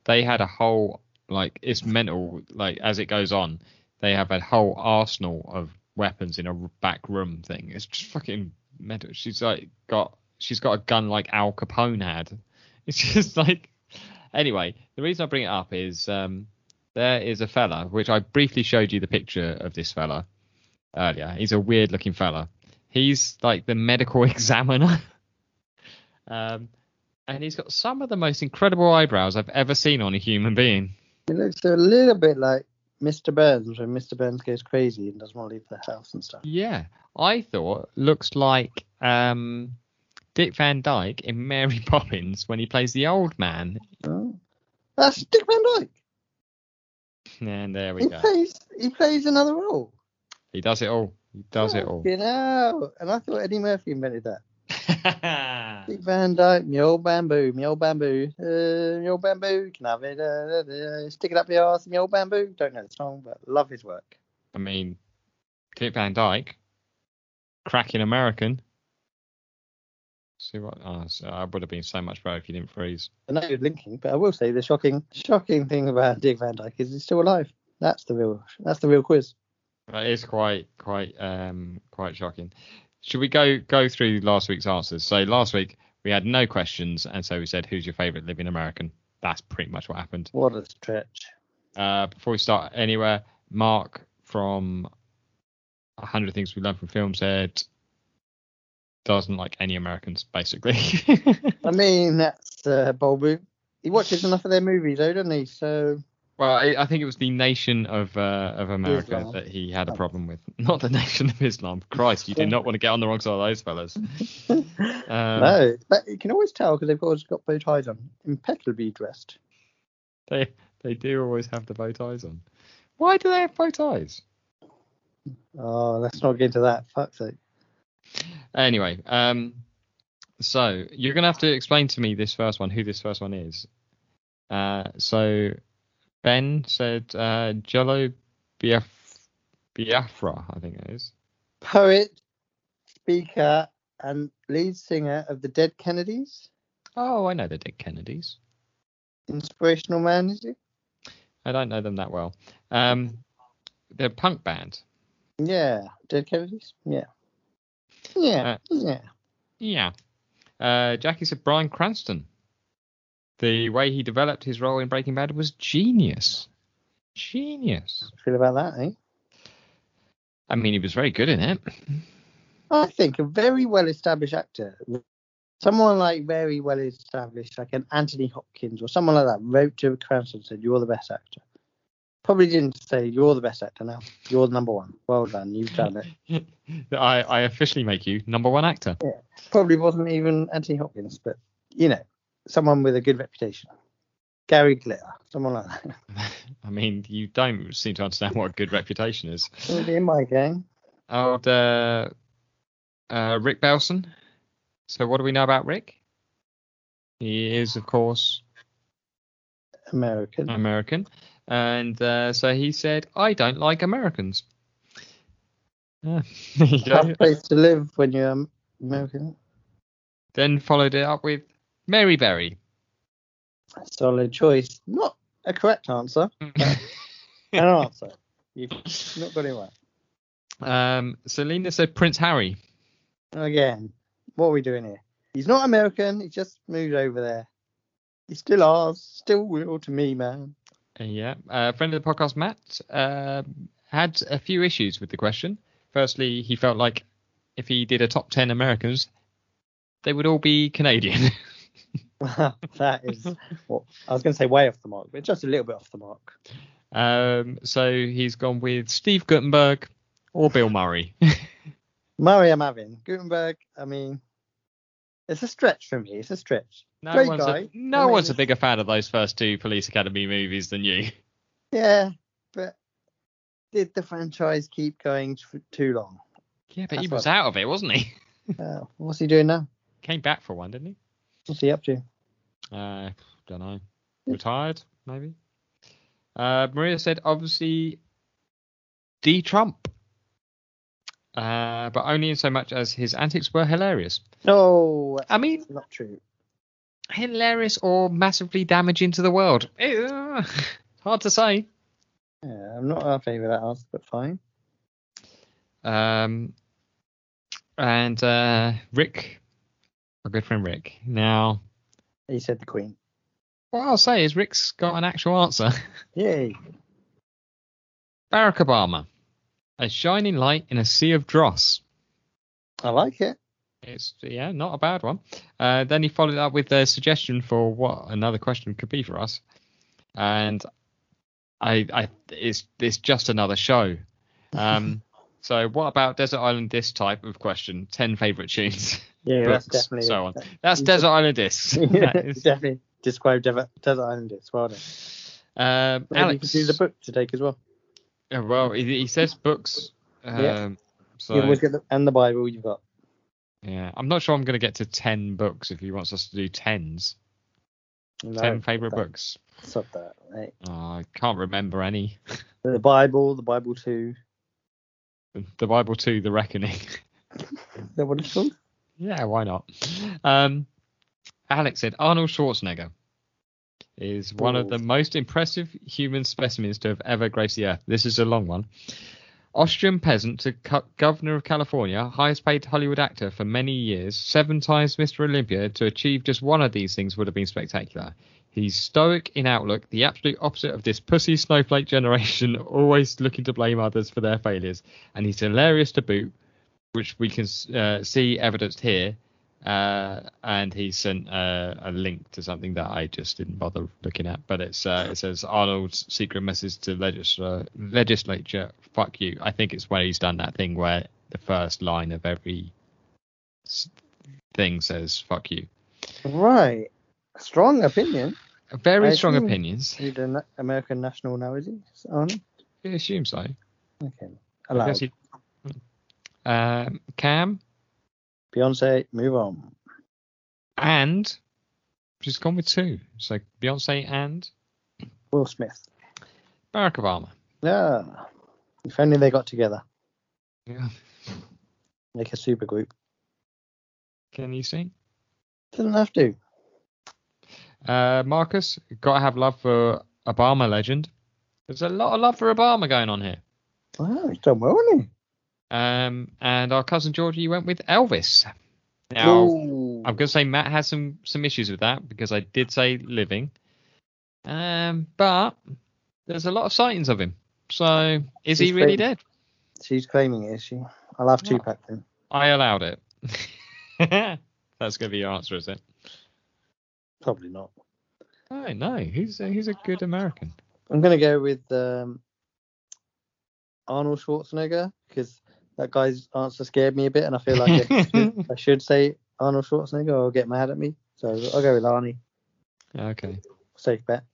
Speaker 2: they had a whole like it's mental like as it goes on they have a whole arsenal of weapons in a r- back room thing it's just fucking mental she's like got she's got a gun like al capone had it's just like anyway the reason i bring it up is um there is a fella which i briefly showed you the picture of this fella earlier he's a weird looking fella he's like the medical examiner um and he's got some of the most incredible eyebrows I've ever seen on a human being.
Speaker 1: It looks a little bit like Mr. Burns when Mr. Burns goes crazy and doesn't want to leave the house and stuff.
Speaker 2: Yeah, I thought looks like um, Dick Van Dyke in Mary Poppins when he plays the old man. Hmm.
Speaker 1: Oh. That's Dick Van Dyke.
Speaker 2: And there we
Speaker 1: He
Speaker 2: go.
Speaker 1: plays he plays another role.
Speaker 2: He does it all. He does it all.
Speaker 1: You know, and I thought Eddie Murphy invented that.
Speaker 2: I
Speaker 1: Dick Van Dyke, me old bamboo, me old bamboo, uh, me old bamboo, can I have it, uh, uh, uh, stick it up your ass, me old bamboo. Don't know the song, but love his work.
Speaker 2: mean, Dick Van Dyke, cracking American. See what? Oh, so I would have been so much better if you didn't freeze.
Speaker 1: I know you're linking, but I will say the shocking, shocking thing about Dick Van Dyke is he's still alive. That's the real, that's the real quiz.
Speaker 2: That is quite quite um quite shocking. Should we go go through last week's answers? So last week we had no questions, and so we said, "Who's your favourite living American?" That's pretty much what happened.
Speaker 1: What a stretch.
Speaker 2: Uh, before we start anywhere, Mark from 100 Things We Learned from Film said doesn't like any Americans, basically.
Speaker 1: I mean, that's uh, bold move. He watches enough of their movies, though, doesn't he? So
Speaker 2: well, I, I think it was the nation of uh, of America
Speaker 1: Islam.
Speaker 2: that he had a problem with, not the nation of Islam. Christ, you do not want to get on the wrong side of those fellas. Um,
Speaker 1: no, but you can always tell because they've always got bow ties on, impeccably dressed.
Speaker 2: They they do always have the bow ties on. Why do they have bow ties?
Speaker 1: Oh, let's not get into that. Fuck's sake.
Speaker 2: Anyway, um, so you're gonna have to explain to me this first one, who this first one is. Uh, so Ben said uh, Jello Biaf- Biafra, I think it is.
Speaker 1: Poet, speaker, and lead singer of the Dead Kennedys.
Speaker 2: Oh, I know the Dead Kennedys.
Speaker 1: Inspirational man, is he?
Speaker 2: I don't know them that well. Um, they're a punk band.
Speaker 1: Yeah, Dead Kennedys. Yeah. Yeah.
Speaker 2: Uh,
Speaker 1: yeah.
Speaker 2: Yeah. Uh, Jackie said Brian Cranston. The way he developed his role in Breaking Bad was genius. Genius.
Speaker 1: Feel about that, eh?
Speaker 2: I mean, he was very good in it.
Speaker 1: I think a very well established actor, someone like very well established, like an Anthony Hopkins or someone like that, wrote to Cranston and said, You're the best actor. Probably didn't say, You're the best actor now. You're the number one. Well done. You've done it.
Speaker 2: I, I officially make you number one actor.
Speaker 1: Probably wasn't even Anthony Hopkins, but, you know, someone with a good reputation. Gary Glitter, someone like that.
Speaker 2: I mean, you don't seem to understand what a good reputation is.
Speaker 1: Would be in my game.
Speaker 2: Old uh, uh, Rick Belson. So, what do we know about Rick? He is, of course,
Speaker 1: American.
Speaker 2: American. And uh, so he said, I don't like Americans. Yeah. There you go.
Speaker 1: Tough place to live when you're um, American.
Speaker 2: Then followed it up with Mary Berry.
Speaker 1: Solid choice. Not a correct answer. An answer. You've not got it right.
Speaker 2: um, Selena said Prince Harry.
Speaker 1: Again, what are we doing here? He's not American. He just moved over there. He's still ours. Still real to me, man.
Speaker 2: Uh, Yeah. Uh, friend of the podcast, Matt, uh, had a few issues with the question. Firstly, he felt like if he did a top 10 Americans, they would all be Canadian.
Speaker 1: that is what I was going to say. Way off the mark, but just a little bit off the mark.
Speaker 2: um, so he's gone with Steve Guttenberg or Bill Murray.
Speaker 1: Murray, I'm having Gutenberg. I mean, it's a stretch for me. It's a stretch.
Speaker 2: No
Speaker 1: Great
Speaker 2: one's,
Speaker 1: guy.
Speaker 2: a, no
Speaker 1: I mean,
Speaker 2: one's a
Speaker 1: it's-
Speaker 2: bigger fan of those first two Police Academy movies than you.
Speaker 1: Yeah, but did the franchise keep going t- too long?
Speaker 2: Yeah, but he
Speaker 1: That's
Speaker 2: was
Speaker 1: what-
Speaker 2: out of it, wasn't he?
Speaker 1: Uh, what's he doing now?
Speaker 2: Came back for one, didn't he?
Speaker 1: What's he up to?
Speaker 2: Uh, don't know. Retired, maybe. Uh, Maria said, obviously, D Trump. Uh, but only in so much as his antics were hilarious.
Speaker 1: No, that's
Speaker 2: I mean,
Speaker 1: not true.
Speaker 2: hilarious or massively damaging to the world. Eh, Hard to say.
Speaker 1: Yeah, I'm not in favour of that answer, but fine.
Speaker 2: Um, and uh, Rick, our good friend Rick. Now,
Speaker 1: He said the Queen.
Speaker 2: what I'll say is Rick's got an actual answer.
Speaker 1: Yay.
Speaker 2: Barack Obama, a shining light in a sea of dross.
Speaker 1: I like it.
Speaker 2: It's yeah, not a bad one. Uh, then he followed up with a suggestion for what another question could be for us, and I, I, it's it's just another show. Um, so what about Desert Island Disc type of question? Ten favorite tunes,
Speaker 1: Yeah, that's
Speaker 2: books,
Speaker 1: definitely
Speaker 2: so on. That's Desert Island Discs.
Speaker 1: yeah,
Speaker 2: That is-
Speaker 1: definitely describe Desert, Desert Island. It's well done.
Speaker 2: um,
Speaker 1: Maybe
Speaker 2: Alex,
Speaker 1: you could do the book to take as well.
Speaker 2: uh, well, he, he says books. Um,
Speaker 1: Yeah.
Speaker 2: So
Speaker 1: You always get the, and the Bible you've got.
Speaker 2: yeah, I'm not sure I'm going to get to ten books if he wants us to do tens.
Speaker 1: No,
Speaker 2: ten favorite
Speaker 1: that-
Speaker 2: books.
Speaker 1: Stop that. mate.
Speaker 2: Oh, I can't remember any.
Speaker 1: The Bible, the Bible too.
Speaker 2: The Bible 2, The Reckoning.
Speaker 1: Is that what it's called?
Speaker 2: yeah, why not? Um, Alex said Arnold Schwarzenegger is one of
Speaker 1: Ooh.
Speaker 2: the most impressive human specimens to have ever graced the earth. This is a long one. Austrian peasant to co- governor of California, highest paid Hollywood actor for many years, seven times Mr. Olympia, to achieve just one of these things would have been spectacular. He's stoic in outlook, the absolute opposite of this pussy snowflake generation, always looking to blame others for their failures. And he's hilarious to boot, which we can uh, see evidenced here. Uh, and he sent uh, a link to something that I just didn't bother looking at, but it's uh, it says Arnold's secret message to legislature, legislature, fuck you. I think it's where he's done that thing where the first line of every s- thing says fuck you.
Speaker 1: Right. Strong opinion.
Speaker 2: Very
Speaker 1: I
Speaker 2: strong
Speaker 1: assume-
Speaker 2: opinions.
Speaker 1: He's an American national now, is he? Arnold?
Speaker 2: I assume so.
Speaker 1: Okay.
Speaker 2: I
Speaker 1: Allowed.
Speaker 2: guess he- Um, Cam
Speaker 1: Beyonce, move on.
Speaker 2: and she's gone with two. So Beyonce and
Speaker 1: Will Smith.
Speaker 2: Barack Obama.
Speaker 1: Yeah. If only they got together,
Speaker 2: Yeah.
Speaker 1: like a super group.
Speaker 2: Can you see?
Speaker 1: Doesn't have to.
Speaker 2: Uh, Marcus, gotta have love for Obama legend. There's a lot of love for Obama going on here.
Speaker 1: Wow, he's done well, hasn't he?
Speaker 2: Um, and our cousin Georgie went with Elvis. Now,
Speaker 1: Ooh.
Speaker 2: I'm gonna say Matt has some some issues with that because I did say living. Um, but there's a lot of sightings of him. So is he
Speaker 1: He's
Speaker 2: really
Speaker 1: faded.
Speaker 2: dead?
Speaker 1: She's claiming it, is she? I'll have
Speaker 2: No.
Speaker 1: Tupac then.
Speaker 2: I allowed it. That's going to be your answer, is it?
Speaker 1: Probably not.
Speaker 2: Oh, no. He's a, he's a good American.
Speaker 1: I'm gonna go with um, Arnold Schwarzenegger because that guy's answer scared me a bit, and I feel like I, should, I should say Arnold Schwarzenegger or get mad at me. So I'll go with Arnie.
Speaker 2: Okay.
Speaker 1: Safe bet.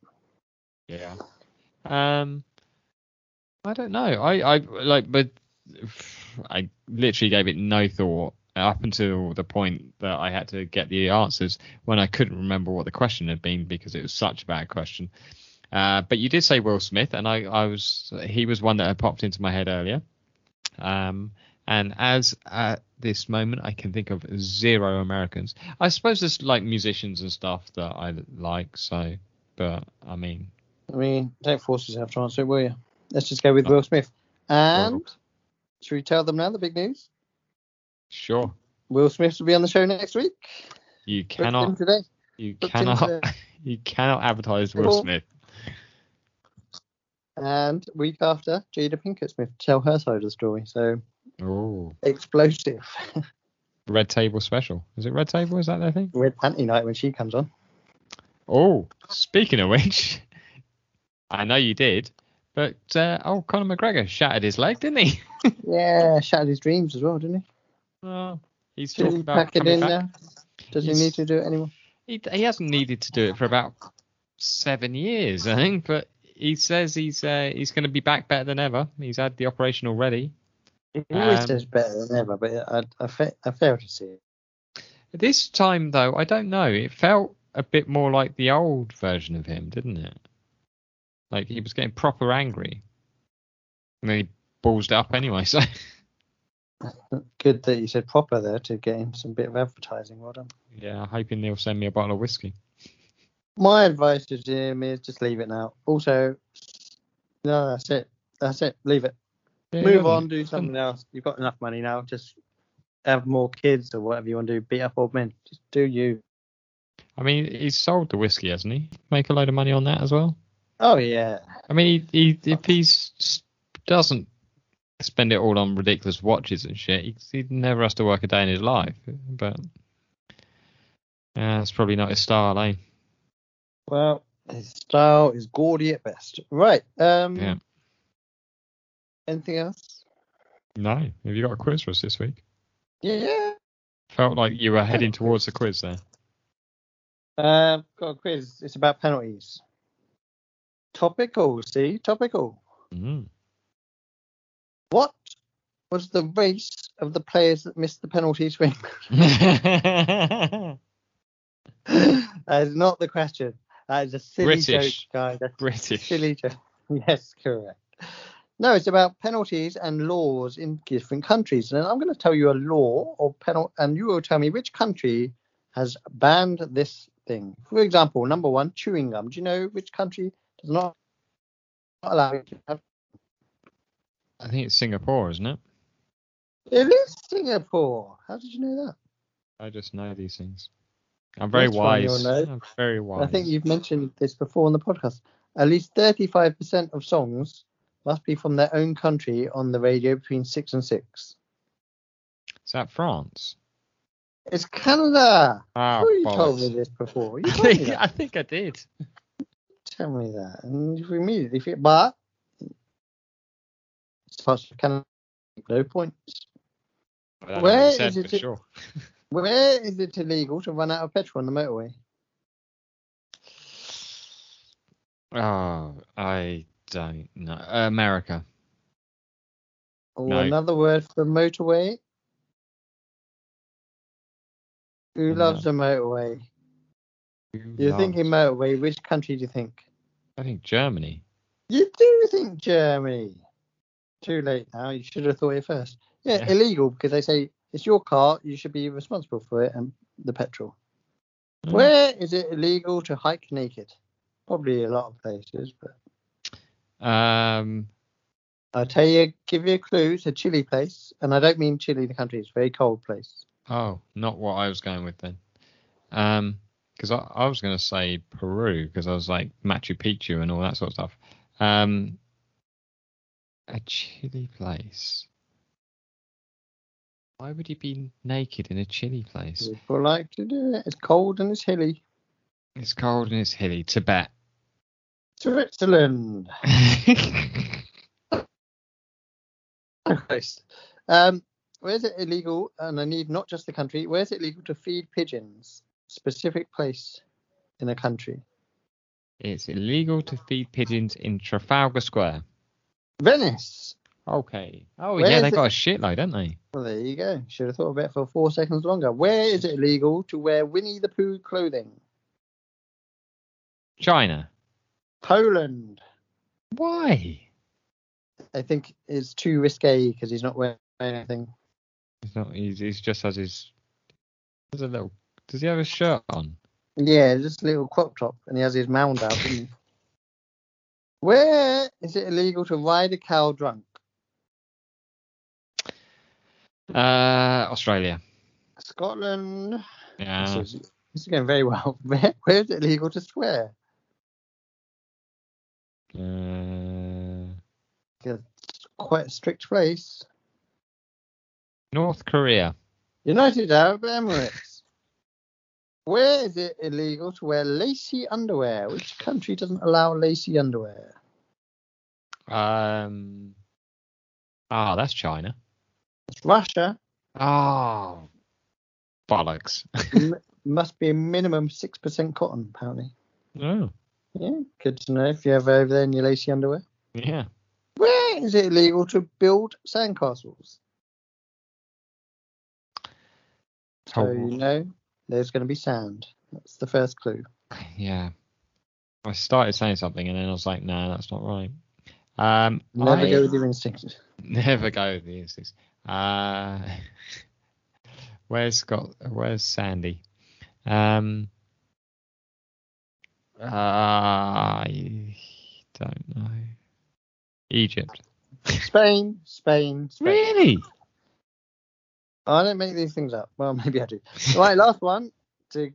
Speaker 2: Yeah. Um, I don't know. I, I like, but I literally gave it no thought up until the point that I had to get the answers when I couldn't remember what the question had been because it was such a bad question. Uh, but you did say Will Smith, and I, I was he was one that had popped into my head earlier. Um, and as at this moment, I can think of zero Americans. I suppose there's like musicians and stuff that I like, so. But I mean,
Speaker 1: I mean, don't force yourself to answer it, will you? Let's just go with Will Smith. And should we tell them now the big news?
Speaker 2: Sure.
Speaker 1: Will Smith will be on the show next week.
Speaker 2: You
Speaker 1: Booked him
Speaker 2: cannot
Speaker 1: today.
Speaker 2: you
Speaker 1: Booked him
Speaker 2: cannot
Speaker 1: today.
Speaker 2: you cannot advertise Will
Speaker 1: Cool.
Speaker 2: Smith.
Speaker 1: And week after, Jada Pinkett Smith to tell her side of the story. So
Speaker 2: Oh.
Speaker 1: explosive.
Speaker 2: Red Table special. Is it Red Table? Is that their thing?
Speaker 1: Red Panty Night when she comes on.
Speaker 2: Oh, speaking of which, I know you did, but uh, oh, Conor McGregor shattered his leg, didn't he?
Speaker 1: Yeah, shattered his dreams as well, didn't he?
Speaker 2: Oh, he's
Speaker 1: Should
Speaker 2: talking
Speaker 1: he
Speaker 2: about
Speaker 1: pack it
Speaker 2: coming
Speaker 1: in
Speaker 2: back.
Speaker 1: now? Does he
Speaker 2: Yes.
Speaker 1: need to do it anymore?
Speaker 2: He, he hasn't needed to do it for about seven years, I think. But he says he's uh, he's going to be back better than ever. He's had the operation already.
Speaker 1: He always
Speaker 2: Um,
Speaker 1: does better than ever, but I, I, fa- I fail to see it.
Speaker 2: This time though, I don't know. It felt a bit more like the old version of him, didn't it? Like he was getting proper angry. And then he ballsed it up anyway, so
Speaker 1: Good that you said proper there to get him some bit of advertising. Well done.
Speaker 2: yeah, I'm hoping they'll send me a bottle of whiskey.
Speaker 1: My advice to Jim is just leave it now. Also, no, that's it. That's it. Leave it.
Speaker 2: Yeah,
Speaker 1: Move
Speaker 2: yeah.
Speaker 1: on. Do something else. You've got enough money now. Just have more kids or whatever you want to do. Beat up old men. Just do you.
Speaker 2: I mean, he's sold the whiskey, hasn't he? Make a load of money on that as well.
Speaker 1: Oh yeah.
Speaker 2: I mean, he, he if he s- doesn't spend it all on ridiculous watches and shit, he, he never has to work a day in his life. But yeah, that's probably not his style, eh?
Speaker 1: Well, his style is gaudy at best. Right. Um.
Speaker 2: Yeah.
Speaker 1: Anything else?
Speaker 2: No. Have you got a quiz for us this week?
Speaker 1: Yeah.
Speaker 2: Felt like you were heading towards the quiz there.
Speaker 1: Uh, got a quiz. It's about penalties. Topical. See, topical.
Speaker 2: Mm.
Speaker 1: What was the race of the players that missed the penalty swing? that is not the question. That is a silly
Speaker 2: British.
Speaker 1: joke, guys. That's a
Speaker 2: British.
Speaker 1: silly joke. Yes, correct. No, it's about penalties and laws in different countries. And I'm going to tell you a law or penalty, and you will tell me which country has banned this thing. For example, number one, chewing gum. Do you know which country does not not allow you to have?
Speaker 2: I think it's Singapore, isn't it?
Speaker 1: It is Singapore. How did you know that?
Speaker 2: I just know these things. I'm very
Speaker 1: That's from your
Speaker 2: wise.
Speaker 1: note.
Speaker 2: I'm very wise.
Speaker 1: I think you've mentioned this before on the podcast. At least 35% of songs must be from their own country on the radio between 6 and 6.
Speaker 2: Is that France?
Speaker 1: It's Canada.
Speaker 2: Ah,
Speaker 1: Who you
Speaker 2: bollocks.
Speaker 1: told me this before? You
Speaker 2: I
Speaker 1: told me
Speaker 2: think,
Speaker 1: that.
Speaker 2: I think I did.
Speaker 1: Tell me that. And if we immediately fit, but starts with Canada. No points.
Speaker 2: But I
Speaker 1: Where
Speaker 2: said
Speaker 1: is it
Speaker 2: for
Speaker 1: it-
Speaker 2: sure.
Speaker 1: Where is it illegal to run out of petrol on the motorway?
Speaker 2: Oh, I don't know. America.
Speaker 1: Or
Speaker 2: No.
Speaker 1: another word for motorway? Who
Speaker 2: No.
Speaker 1: loves the motorway? You're
Speaker 2: No.
Speaker 1: thinking motorway. Which country do you think?
Speaker 2: I think Germany.
Speaker 1: You do think Germany. Too late now. You should have thought it first. Yeah,
Speaker 2: Yeah.
Speaker 1: illegal because they say it's your car. You should be responsible for it and the petrol.
Speaker 2: Mm.
Speaker 1: Where is it illegal to hike naked? Probably a lot of places, but
Speaker 2: Um,
Speaker 1: I'll tell you, give you a clue. It's a chilly place, and I don't mean chilly in the country. It's a very cold place.
Speaker 2: Oh, not what I was going with then. Um, because I, I was going to say Peru because I was like Machu Picchu and all that sort of stuff. Um, a chilly place. Why would you be naked in a chilly place?
Speaker 1: People like to do it. It's cold and it's hilly.
Speaker 2: It's cold and it's hilly. Tibet.
Speaker 1: Switzerland. Christ. Um, where is it illegal? And I need not just the country. Where is it illegal to feed pigeons? Specific place in a country.
Speaker 2: it's illegal to feed pigeons in Trafalgar Square.
Speaker 1: Venice.
Speaker 2: Okay. Oh
Speaker 1: Where
Speaker 2: yeah,
Speaker 1: is
Speaker 2: they
Speaker 1: it-
Speaker 2: got a shitload, don't they?
Speaker 1: Well, there you go. Should have thought of it for four seconds longer. Where is it illegal to wear Winnie the Pooh clothing?
Speaker 2: China.
Speaker 1: Poland.
Speaker 2: Why?
Speaker 1: I think it's too risque because he's not wearing anything.
Speaker 2: He's not. He's, he's just has his. Has a little. Does he have a shirt on?
Speaker 1: Yeah, just a little crop top, and he has his mound out. doesn't he? Where is it illegal to ride a cow drunk?
Speaker 2: Uh, Australia.
Speaker 1: Scotland.
Speaker 2: Yeah.
Speaker 1: This, is, this is going very well. Where, where is it illegal to swear?
Speaker 2: Uh,
Speaker 1: It's quite a strict place.
Speaker 2: North Korea.
Speaker 1: United Arab Emirates. Where is it illegal to wear lacy underwear? Which country doesn't allow lacy underwear?
Speaker 2: Um. Ah, that's China.
Speaker 1: It's Russia.
Speaker 2: Oh, bollocks.
Speaker 1: M- must be a minimum 6% cotton, apparently.
Speaker 2: Oh,
Speaker 1: Yeah, good to know if you're ever over there in your lacy underwear.
Speaker 2: yeah.
Speaker 1: Where is it illegal to build sandcastles? So you
Speaker 2: Oh,
Speaker 1: know there's going to be sand. That's the first clue.
Speaker 2: yeah. I started saying something and then I was like, nah, that's not right. Um,
Speaker 1: Never
Speaker 2: I-
Speaker 1: go with your instincts.
Speaker 2: Never go with the instincts. Uh, where's Scott? Where's Sandy? Um, uh, I don't know. Egypt.
Speaker 1: Spain, Spain, Spain.
Speaker 2: Really?
Speaker 1: I don't make these things up. Well, maybe I do. Right, last one to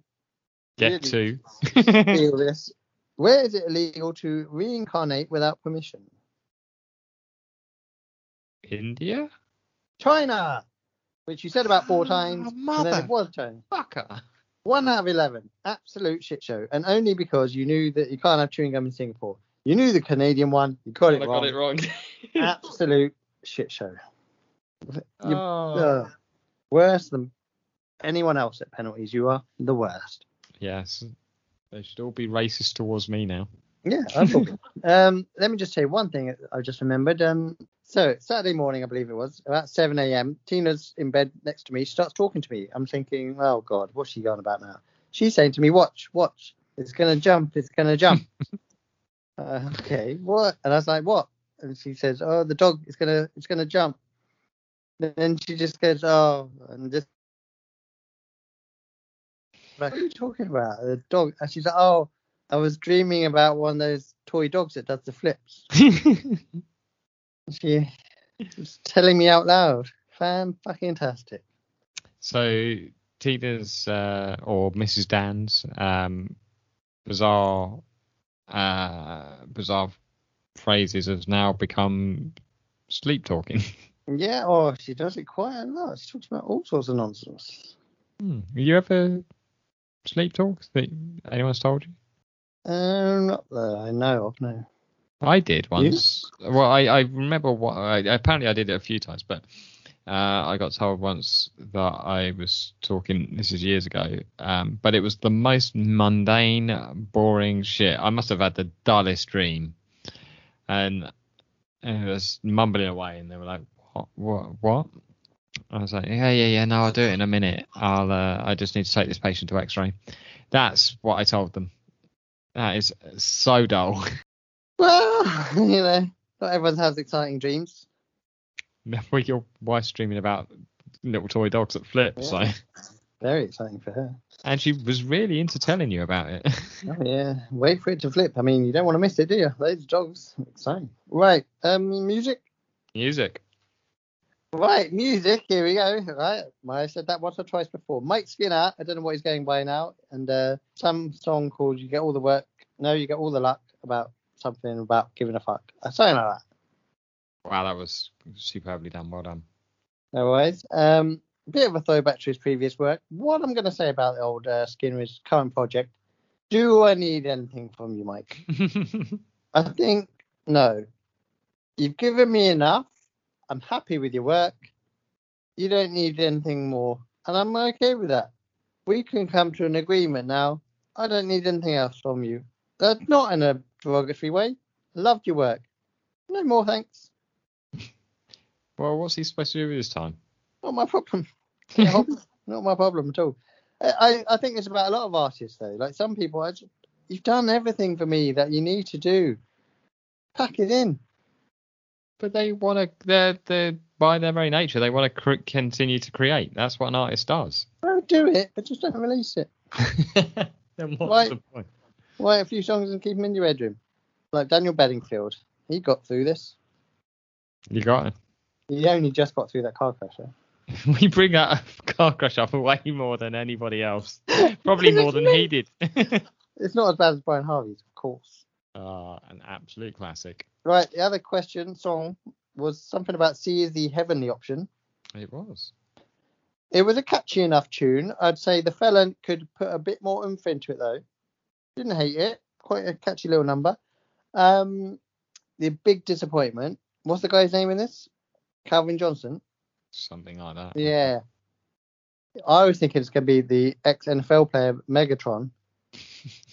Speaker 2: Get
Speaker 1: Really?
Speaker 2: to.
Speaker 1: deal with this. Where is it illegal to reincarnate without permission?
Speaker 2: India?
Speaker 1: China, which you said about four times, and then
Speaker 2: Ah, mother.
Speaker 1: it was China.
Speaker 2: Fucker.
Speaker 1: One out of eleven, absolute shit show, and only because you knew that you can't have chewing gum in Singapore. You knew the Canadian one, you got it wrong.
Speaker 2: wrong.
Speaker 1: Absolute shit show. You- uh,
Speaker 2: oh.
Speaker 1: Ugh. worse than anyone else at penalties. You are the worst.
Speaker 2: Yes. They should all be racist towards me now.
Speaker 1: Yeah, I probably. um, let me just say one thing I just remembered. Um, so Saturday morning, I believe it was about 7 a.m. Tina's in bed next to me. She starts talking to me. I'm thinking, oh God, what's she going about now? She's saying to me, watch, watch, it's gonna jump, it's gonna jump. uh, okay, what? And I was like, what? And she says, oh, the dog, it's gonna, it's gonna jump. Then she just goes, oh, and just. Like, what are you talking about? The dog. And she's like, oh, I was dreaming about one of those toy dogs that does the flips. She was telling me out loud. Fan fucking tastic.
Speaker 2: So Tina's uh, or Mrs. Dan's um, bizarre uh, bizarre phrases has now become sleep talking.
Speaker 1: Yeah, oh, she does it quite a lot. She talks about all sorts of nonsense.
Speaker 2: Hmm. You ever sleep talk that anyone's told you?
Speaker 1: Um, not that I know of, no.
Speaker 2: I did once. Well, I, I remember what I, apparently I did it a few times, but uh, I got told once that I was talking. This is years ago, um, but it was the most mundane, boring shit. I must have had the dullest dream, and, and it was mumbling away, and they were like, "What? What? What?" I was like, "Yeah, yeah, yeah. No, I'll do it in a minute. I'll. Uh, I just need to take this patient to X-ray." That's what I told them. That is so dull.
Speaker 1: Well, you know, not everyone has exciting dreams.
Speaker 2: Remember your wife's dreaming about little toy dogs that flip,
Speaker 1: Yeah.
Speaker 2: so
Speaker 1: Very exciting for her.
Speaker 2: and she was really into telling you about it.
Speaker 1: Oh, yeah. Wait for it to flip. I mean, you don't want to miss it, do you? Those dogs, exciting. Right, um, music.
Speaker 2: Music.
Speaker 1: Right, music. Here we go. Right, I said that once or twice before. Mike Skinner. I don't know what he's going by now. And uh, some song called "You Get All the Work." No, you get all the luck about something about giving a fuck. Uh, Something like that.
Speaker 2: Wow, that was superbly done. Well done.
Speaker 1: No worries. Um, bit of a throwback to his previous work. What I'm going to say about the old uh, Skinner's current project. Do I need anything from you, Mike? I think no. You've given me enough. I'm happy with your work. You don't need anything more, and I'm okay with that. We can come to an agreement now. I don't need anything else from you. That's not in a derogatory way. Loved your work. No more thanks.
Speaker 2: well, what's he supposed to do with his time?
Speaker 1: Not my problem. not my problem at all. I, I, I think it's about a lot of artists though. Like some people, I just, you've done everything for me that you need to do. Pack it in.
Speaker 2: But they want to. They're, they're by their very nature, they want to cr- continue to create. That's what an artist does.
Speaker 1: Well, do it, but just don't release it.
Speaker 2: then what's
Speaker 1: Why-
Speaker 2: the point?
Speaker 1: Write a few songs and keep them in your bedroom. Like Daniel Bedingfield, he got through this.
Speaker 2: You got it.
Speaker 1: He only just got through that car crash. though.
Speaker 2: We bring that car crash up way more than anybody else. Probably more than he did.
Speaker 1: It's not as bad as Brian Harvey's, of course.
Speaker 2: Ah, an absolute classic.
Speaker 1: Right, the other question song was something about "See Is the Heavenly Option."
Speaker 2: It was.
Speaker 1: It was a catchy enough tune. I'd say the fella could put a bit more oomph into it though. Didn't hate it. Quite a catchy little number. Um, the big disappointment. What's the guy's name in this? Calvin Johnson.
Speaker 2: Something like that.
Speaker 1: Yeah. I was thinking it's going to be the ex NFL player Megatron,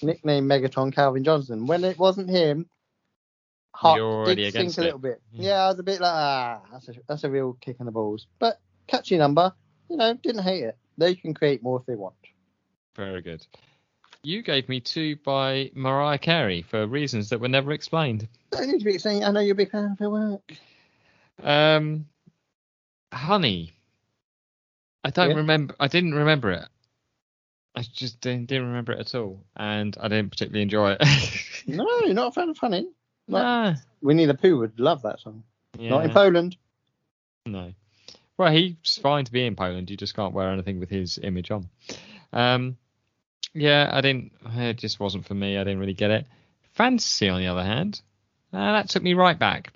Speaker 1: nicknamed Megatron Calvin Johnson. When it wasn't him, heart
Speaker 2: You're
Speaker 1: did
Speaker 2: already
Speaker 1: sink
Speaker 2: against
Speaker 1: a
Speaker 2: it. Hmm.
Speaker 1: little bit.
Speaker 2: Yeah.
Speaker 1: Yeah. I was a bit like, ah, that's a, that's a real kick in the balls. But catchy number, you know, didn't hate it. They can create more if they want.
Speaker 2: Very good. You gave me two by Mariah Carey for reasons that were never explained.
Speaker 1: Don't need to be saying, I know you're a big fan of her work.
Speaker 2: Um, honey. I don't
Speaker 1: Yeah.
Speaker 2: remember. I didn't remember it. I just didn't, didn't remember it at all, and I didn't particularly enjoy it.
Speaker 1: No, you're not a fan of Honey.
Speaker 2: nah.
Speaker 1: We Need a Pooh would love that song. Not in
Speaker 2: Yeah.
Speaker 1: Poland.
Speaker 2: No. Well, he's fine to be in Poland. You just can't wear anything with his image on. Um, yeah, I didn't. It just wasn't for me. I didn't really get it. Fantasy, on the other hand, uh, that took me right back.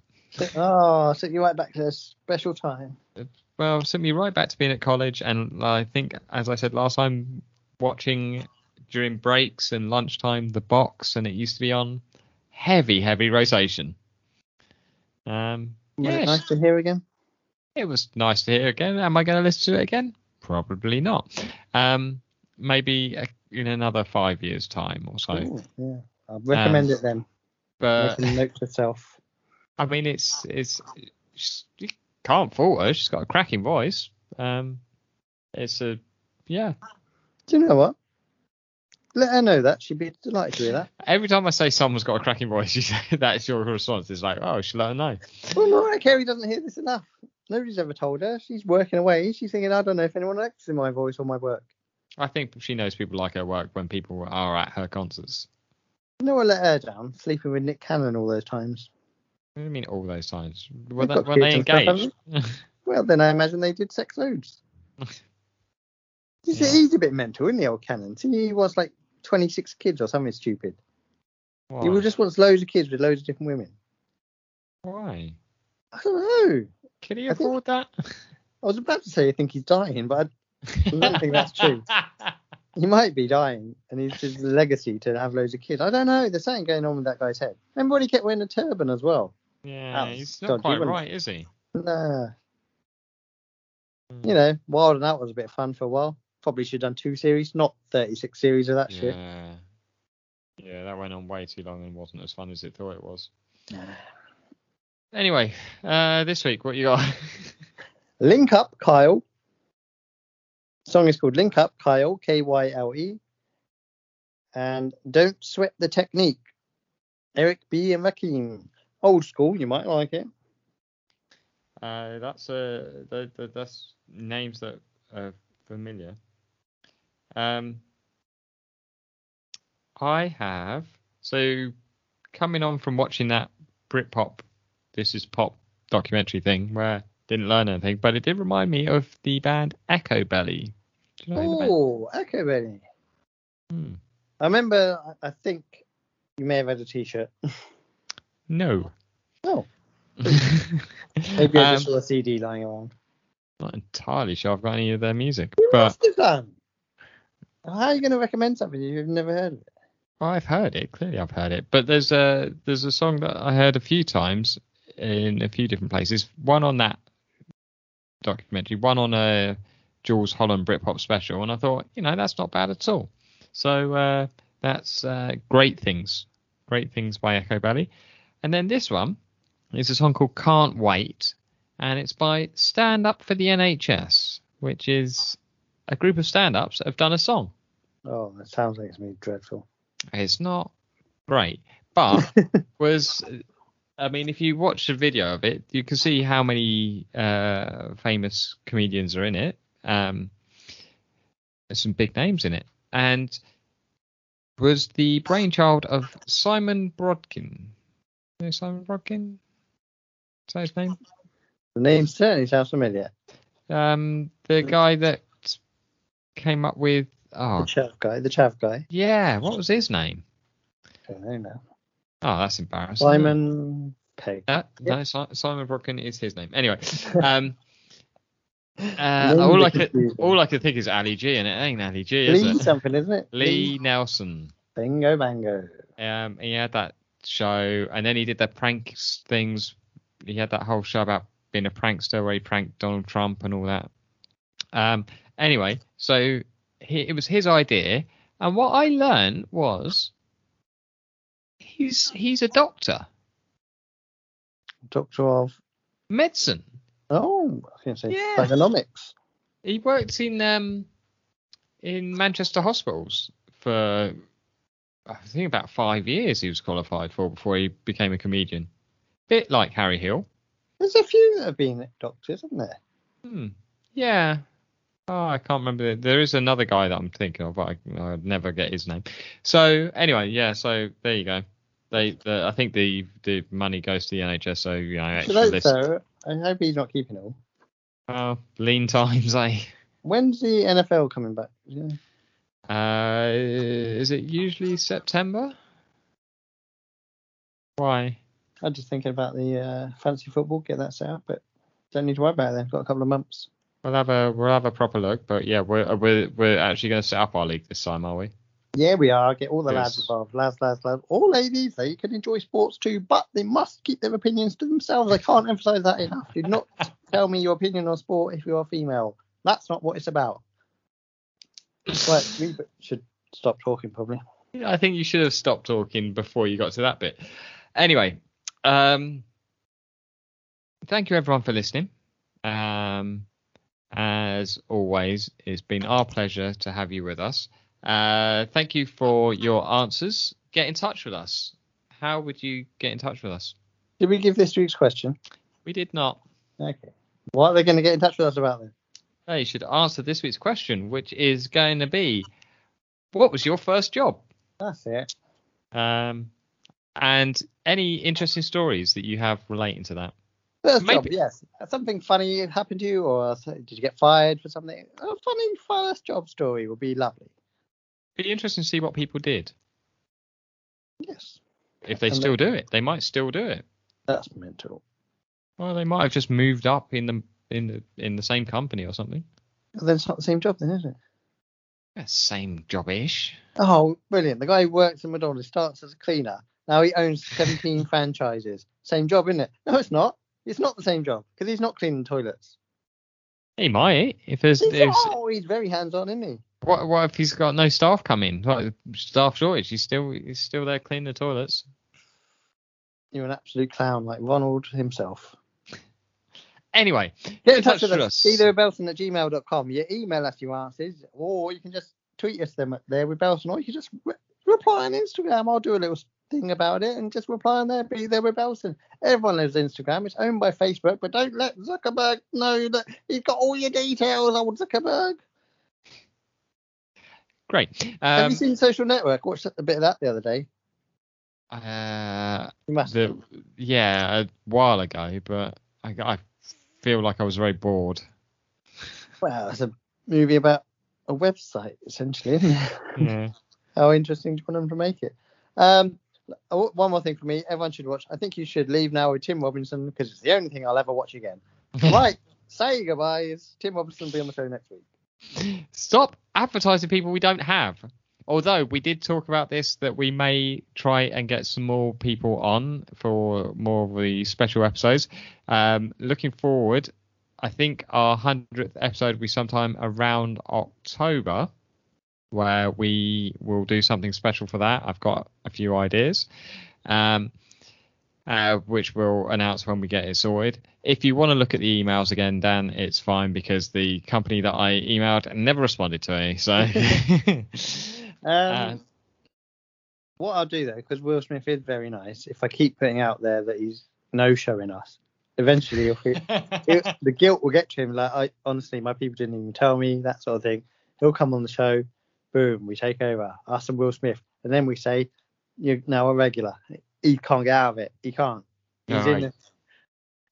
Speaker 1: Oh, so you right back to a special time.
Speaker 2: Well, it took me right back to being at college, and I think, as I said last time, watching during breaks and lunchtime the box, and it used to be on heavy, heavy rotation. Um,
Speaker 1: Was
Speaker 2: yeah,
Speaker 1: it nice to hear again?
Speaker 2: it was nice to hear again. Am I going to listen to it again? Probably not. Um, maybe uh in another five years' time or so.
Speaker 1: Ooh, yeah.
Speaker 2: Um,
Speaker 1: I'd recommend it then.
Speaker 2: But
Speaker 1: Making notes herself.
Speaker 2: I mean, it's it's she's- you can't fault her. She's got a cracking voice. Um, it's a yeah.
Speaker 1: Do you know what? Let her know that. She'd be delighted to hear that.
Speaker 2: Every time I say someone's got a cracking voice, you say that's your response. It's like, oh, she let her know.
Speaker 1: Well, Mariah Carey doesn't hear this enough. Nobody's ever told her. She's working away. She's thinking, I don't know if anyone likes my voice or my work.
Speaker 2: I think she knows people like her work when people are at her concerts.
Speaker 1: No one let her down, sleeping with Nick Cannon all those times.
Speaker 2: What do you mean all those times? When,
Speaker 1: got
Speaker 2: when they
Speaker 1: kids and stuff,
Speaker 2: engage.
Speaker 1: Well, then I imagine they did sex loads. He's,
Speaker 2: Yeah.
Speaker 1: he's a bit mental, isn't he, old Cannon? See, he wants like 26 kids or something stupid. He
Speaker 2: Why?
Speaker 1: just wants loads of kids with loads of different women.
Speaker 2: Why?
Speaker 1: I don't know.
Speaker 2: Can he
Speaker 1: I think-
Speaker 2: afford that?
Speaker 1: I was about to say I think he's dying, but I I don't think that's true. He might be dying, and it's his legacy to have loads of kids. I don't know. There's something going on with that guy's head. Remember when he kept wearing a turban as well?
Speaker 2: Yeah,
Speaker 1: That's
Speaker 2: he's
Speaker 1: dodgy,
Speaker 2: not quite
Speaker 1: isn't it?
Speaker 2: right, is he?
Speaker 1: Nah.
Speaker 2: Mm.
Speaker 1: You know, Wild and Out was a bit of fun for a while. Probably should have done two series, not 36 series of that shit.
Speaker 2: Yeah. Yeah, that went on way too long and wasn't as fun as it thought it was. Anyway, uh, this week, what you got?
Speaker 1: Link Up, Kyle. Song is called Link Up, Kyle, K Y L E. And Don't Sweat the Technique. Eric B. and Rakim. Old school, you might like it.
Speaker 2: uh, that's uh, th- th- that's names that are familiar. Um, I have so coming on from watching that Britpop, this is pop documentary thing where I didn't learn anything, but it did remind me of the band Echo Belly. Do you know the band?
Speaker 1: Oh, okay, Benny.
Speaker 2: Hmm.
Speaker 1: I remember, I I think you may have had a t shirt.
Speaker 2: No.
Speaker 1: Oh.
Speaker 2: Maybe
Speaker 1: Maybe I just saw a CD lying around.
Speaker 2: Um, Not entirely sure I've got any of their music,
Speaker 1: You
Speaker 2: but
Speaker 1: must have done. How are you going to recommend something you've never heard of? It?
Speaker 2: I've heard it. Clearly, I've heard it. But there's a there's a song that I heard a few times in a few different places. One on that documentary, one on a Jules Holland Britpop special, and I thought, you know, that's not bad at all. So uh, that's uh, great things, great things by Echo Belly. And then this one is a song called Can't Wait, and it's by Stand Up for the NHS, which is a group of stand-ups that have done a song.
Speaker 1: Oh, that sounds like it's me dreadful.
Speaker 2: It's not great, but was I mean, if you watch the video of it, you can see how many uh, famous comedians are in it. Um, there's some big names in it, and was the brainchild of Simon Brodkin. You know Simon Brodkin? Is that his name?
Speaker 1: The name certainly sounds familiar.
Speaker 2: Um, the guy that came up with
Speaker 1: The
Speaker 2: oh
Speaker 1: chav guy, the chav guy.
Speaker 2: yeah, what was his name?
Speaker 1: I don't know now.
Speaker 2: Oh, that's embarrassing.
Speaker 1: Simon Pegg.
Speaker 2: Uh,
Speaker 1: Yeah.
Speaker 2: No, Si- Simon Brockin is his name. Anyway, um, uh,
Speaker 1: Names
Speaker 2: all
Speaker 1: are
Speaker 2: I could
Speaker 1: confusing.
Speaker 2: all I could think is Ali G, and it ain't Ali G, is
Speaker 1: Lee
Speaker 2: it?
Speaker 1: something, isn't it?
Speaker 2: Lee Nelson.
Speaker 1: Bingo bango.
Speaker 2: Um, he had that show, and then he did the pranks things. He had that whole show about being a prankster where he pranked Donald Trump and all that. Um, anyway, so he, it was his idea, and what I learned was he's he's a doctor,
Speaker 1: Doctor of
Speaker 2: medicine.
Speaker 1: Oh, I was going to say
Speaker 2: Yeah.
Speaker 1: psychonomics.
Speaker 2: He worked in um in Manchester hospitals for I think about five years. He was qualified for before he became a comedian. Bit like Harry Hill.
Speaker 1: There's a few that have been doctors, isn't there?
Speaker 2: Hmm. Yeah. Oh, I can't remember. There is another guy that I'm thinking of, but I, I'd never get his name. So anyway, yeah. So there you go. They, the, I think the the money goes to the NHS. So you know,
Speaker 1: So
Speaker 2: extra
Speaker 1: that's
Speaker 2: list.
Speaker 1: so. I hope he's not keeping all.
Speaker 2: Oh, lean times, eh?
Speaker 1: When's the NFL coming back? Yeah.
Speaker 2: Uh, is it usually September? Why?
Speaker 1: I'm just thinking about the uh, fancy football, get that set up, but don't need to worry about it. They've got a couple of months.
Speaker 2: We'll have a we'll have a proper look, but yeah, we're uh, we're we're actually going to set up our league this time, are we?
Speaker 1: Yeah, we are. Get all the
Speaker 2: Yes.
Speaker 1: lads involved. Lads, lads, lads. All ladies, they can enjoy sports too, but they must keep their opinions to themselves. I can't emphasize that enough. Do not tell me your opinion on sport if you are female. That's not what it's about. Right, we should stop talking, probably.
Speaker 2: Yeah, I think you should have stopped talking before you got to that bit. Anyway, um, thank you everyone for listening. Um, as always, it's been our pleasure to have you with us. Uh, thank you for your answers. Get in touch with us. How would you get in touch with us?
Speaker 1: Did we give this week's question?
Speaker 2: We did not.
Speaker 1: Okay. What are they going to get in touch with us about then?
Speaker 2: They should answer this week's question, which is going to be, what was your first job?
Speaker 1: That's it.
Speaker 2: Um, and any interesting stories that you have relating to that.
Speaker 1: First job,
Speaker 2: Maybe-
Speaker 1: yes. Something funny happened to you, or s- did you get fired for something? A funny first job story would be lovely.
Speaker 2: Be interesting to see what people did.
Speaker 1: Yes.
Speaker 2: If they
Speaker 1: And
Speaker 2: still do it, they might still do it.
Speaker 1: That's mental.
Speaker 2: Well, they might have just moved up in the in the in the same company or something.
Speaker 1: Well, then it's not the same job, then, is it?
Speaker 2: Yeah, same job-ish.
Speaker 1: Oh, brilliant. The guy who works in McDonald's starts as a cleaner. Now he owns 17 franchises. Same job, isn't it? No, it's not. It's not the same job because he's not cleaning toilets.
Speaker 2: He might. If there's,
Speaker 1: He's,
Speaker 2: there's
Speaker 1: oh, he's very hands on, isn't he?
Speaker 2: what what if he's got no staff coming? Like staff shortage. He's still he's still there cleaning the toilets.
Speaker 1: You're an absolute clown, like Ronald himself.
Speaker 2: Anyway,
Speaker 1: Get in touch with us. DealRebelson at gmail.com. You email us your answers, or you can just tweet us them at there with Belson, or you can just re- reply on Instagram. I'll do a little thing about it and just reply on there. Be there with Belson. Everyone has Instagram. It's owned by Facebook, but don't let Zuckerberg know that he's got all your details, old Zuckerberg.
Speaker 2: Great.
Speaker 1: Have
Speaker 2: Um,
Speaker 1: you seen Social Network? Watched a bit of that the other day.
Speaker 2: uh,
Speaker 1: You must.
Speaker 2: the yeah a while ago, but I, I feel like I was very bored.
Speaker 1: Well, it's a movie about a website, essentially, isn't it?
Speaker 2: Yeah.
Speaker 1: How interesting do you want them to make it? Um, oh, one more thing for me. Everyone should watch. I think you should leave now with Tim Robinson because it's the only thing I'll ever watch again. right. Say goodbye. It's Tim Robinson will be on the show next week.
Speaker 2: Stop advertising people we don't have. Although we did talk about this, that we may try and get some more people on for more of the special episodes. Um, looking forward, I think our hundredth episode will be sometime around October, where we will do something special for that. I've got a few ideas. Um, uh, which we'll announce when we get it sorted. If you want to look at the emails again, Dan, it's fine because the company that I emailed never responded to me. So,
Speaker 1: Um, what I'll do though, because Will Smith is very nice, if I keep putting out there that he's no showing us, eventually he'll feel, it,
Speaker 2: Uh,
Speaker 1: the guilt will get to him. Like, I honestly, my people didn't even tell me that sort of thing. He'll come on the show, boom, we take over, us and Will Smith, and then we say, "You're now a regular." He can't get out of it. He can't. He's in
Speaker 2: Alright.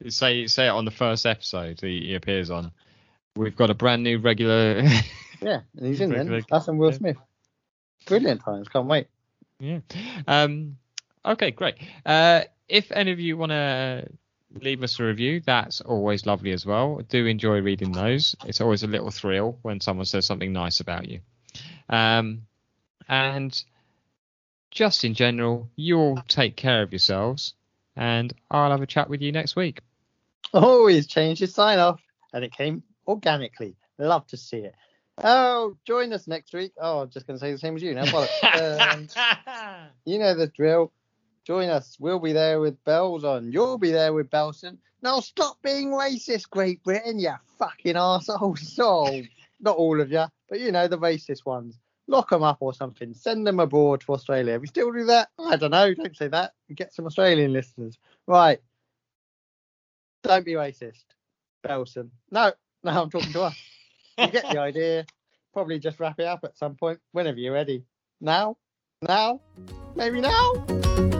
Speaker 1: the,
Speaker 2: say say it on the first episode he, he appears on. We've got a brand new regular.
Speaker 1: yeah, and he's in
Speaker 2: Regular
Speaker 1: then. Us and Will
Speaker 2: guy.
Speaker 1: Smith. Brilliant times. Can't wait.
Speaker 2: yeah. Um. Okay, great. Uh, if any of you want to leave us a review, that's always lovely as well. Do enjoy reading those. It's always a little thrill when someone says something nice about you. Um, and just in general, you all take care of yourselves, and I'll have a chat with you next week.
Speaker 1: Oh, he's changed his sign off, and it came organically. Love to see it. Oh, join us next week. Oh, I'm just going to say the same as you now. bollocks. um, you know the drill. Join us. We'll be there with bells on. You'll be there with Belson. Now stop being racist, Great Britain, you fucking arseholes. Oh, not all of you, but you know the racist ones. Lock them up or something. Send them abroad to Australia. We still do that? I don't know. Don't say that. Get some Australian listeners. Right. Don't be racist, Belson. No, no, I'm talking to us. You get the idea. Probably just wrap it up at some point whenever you're ready. Now? Now? Maybe now?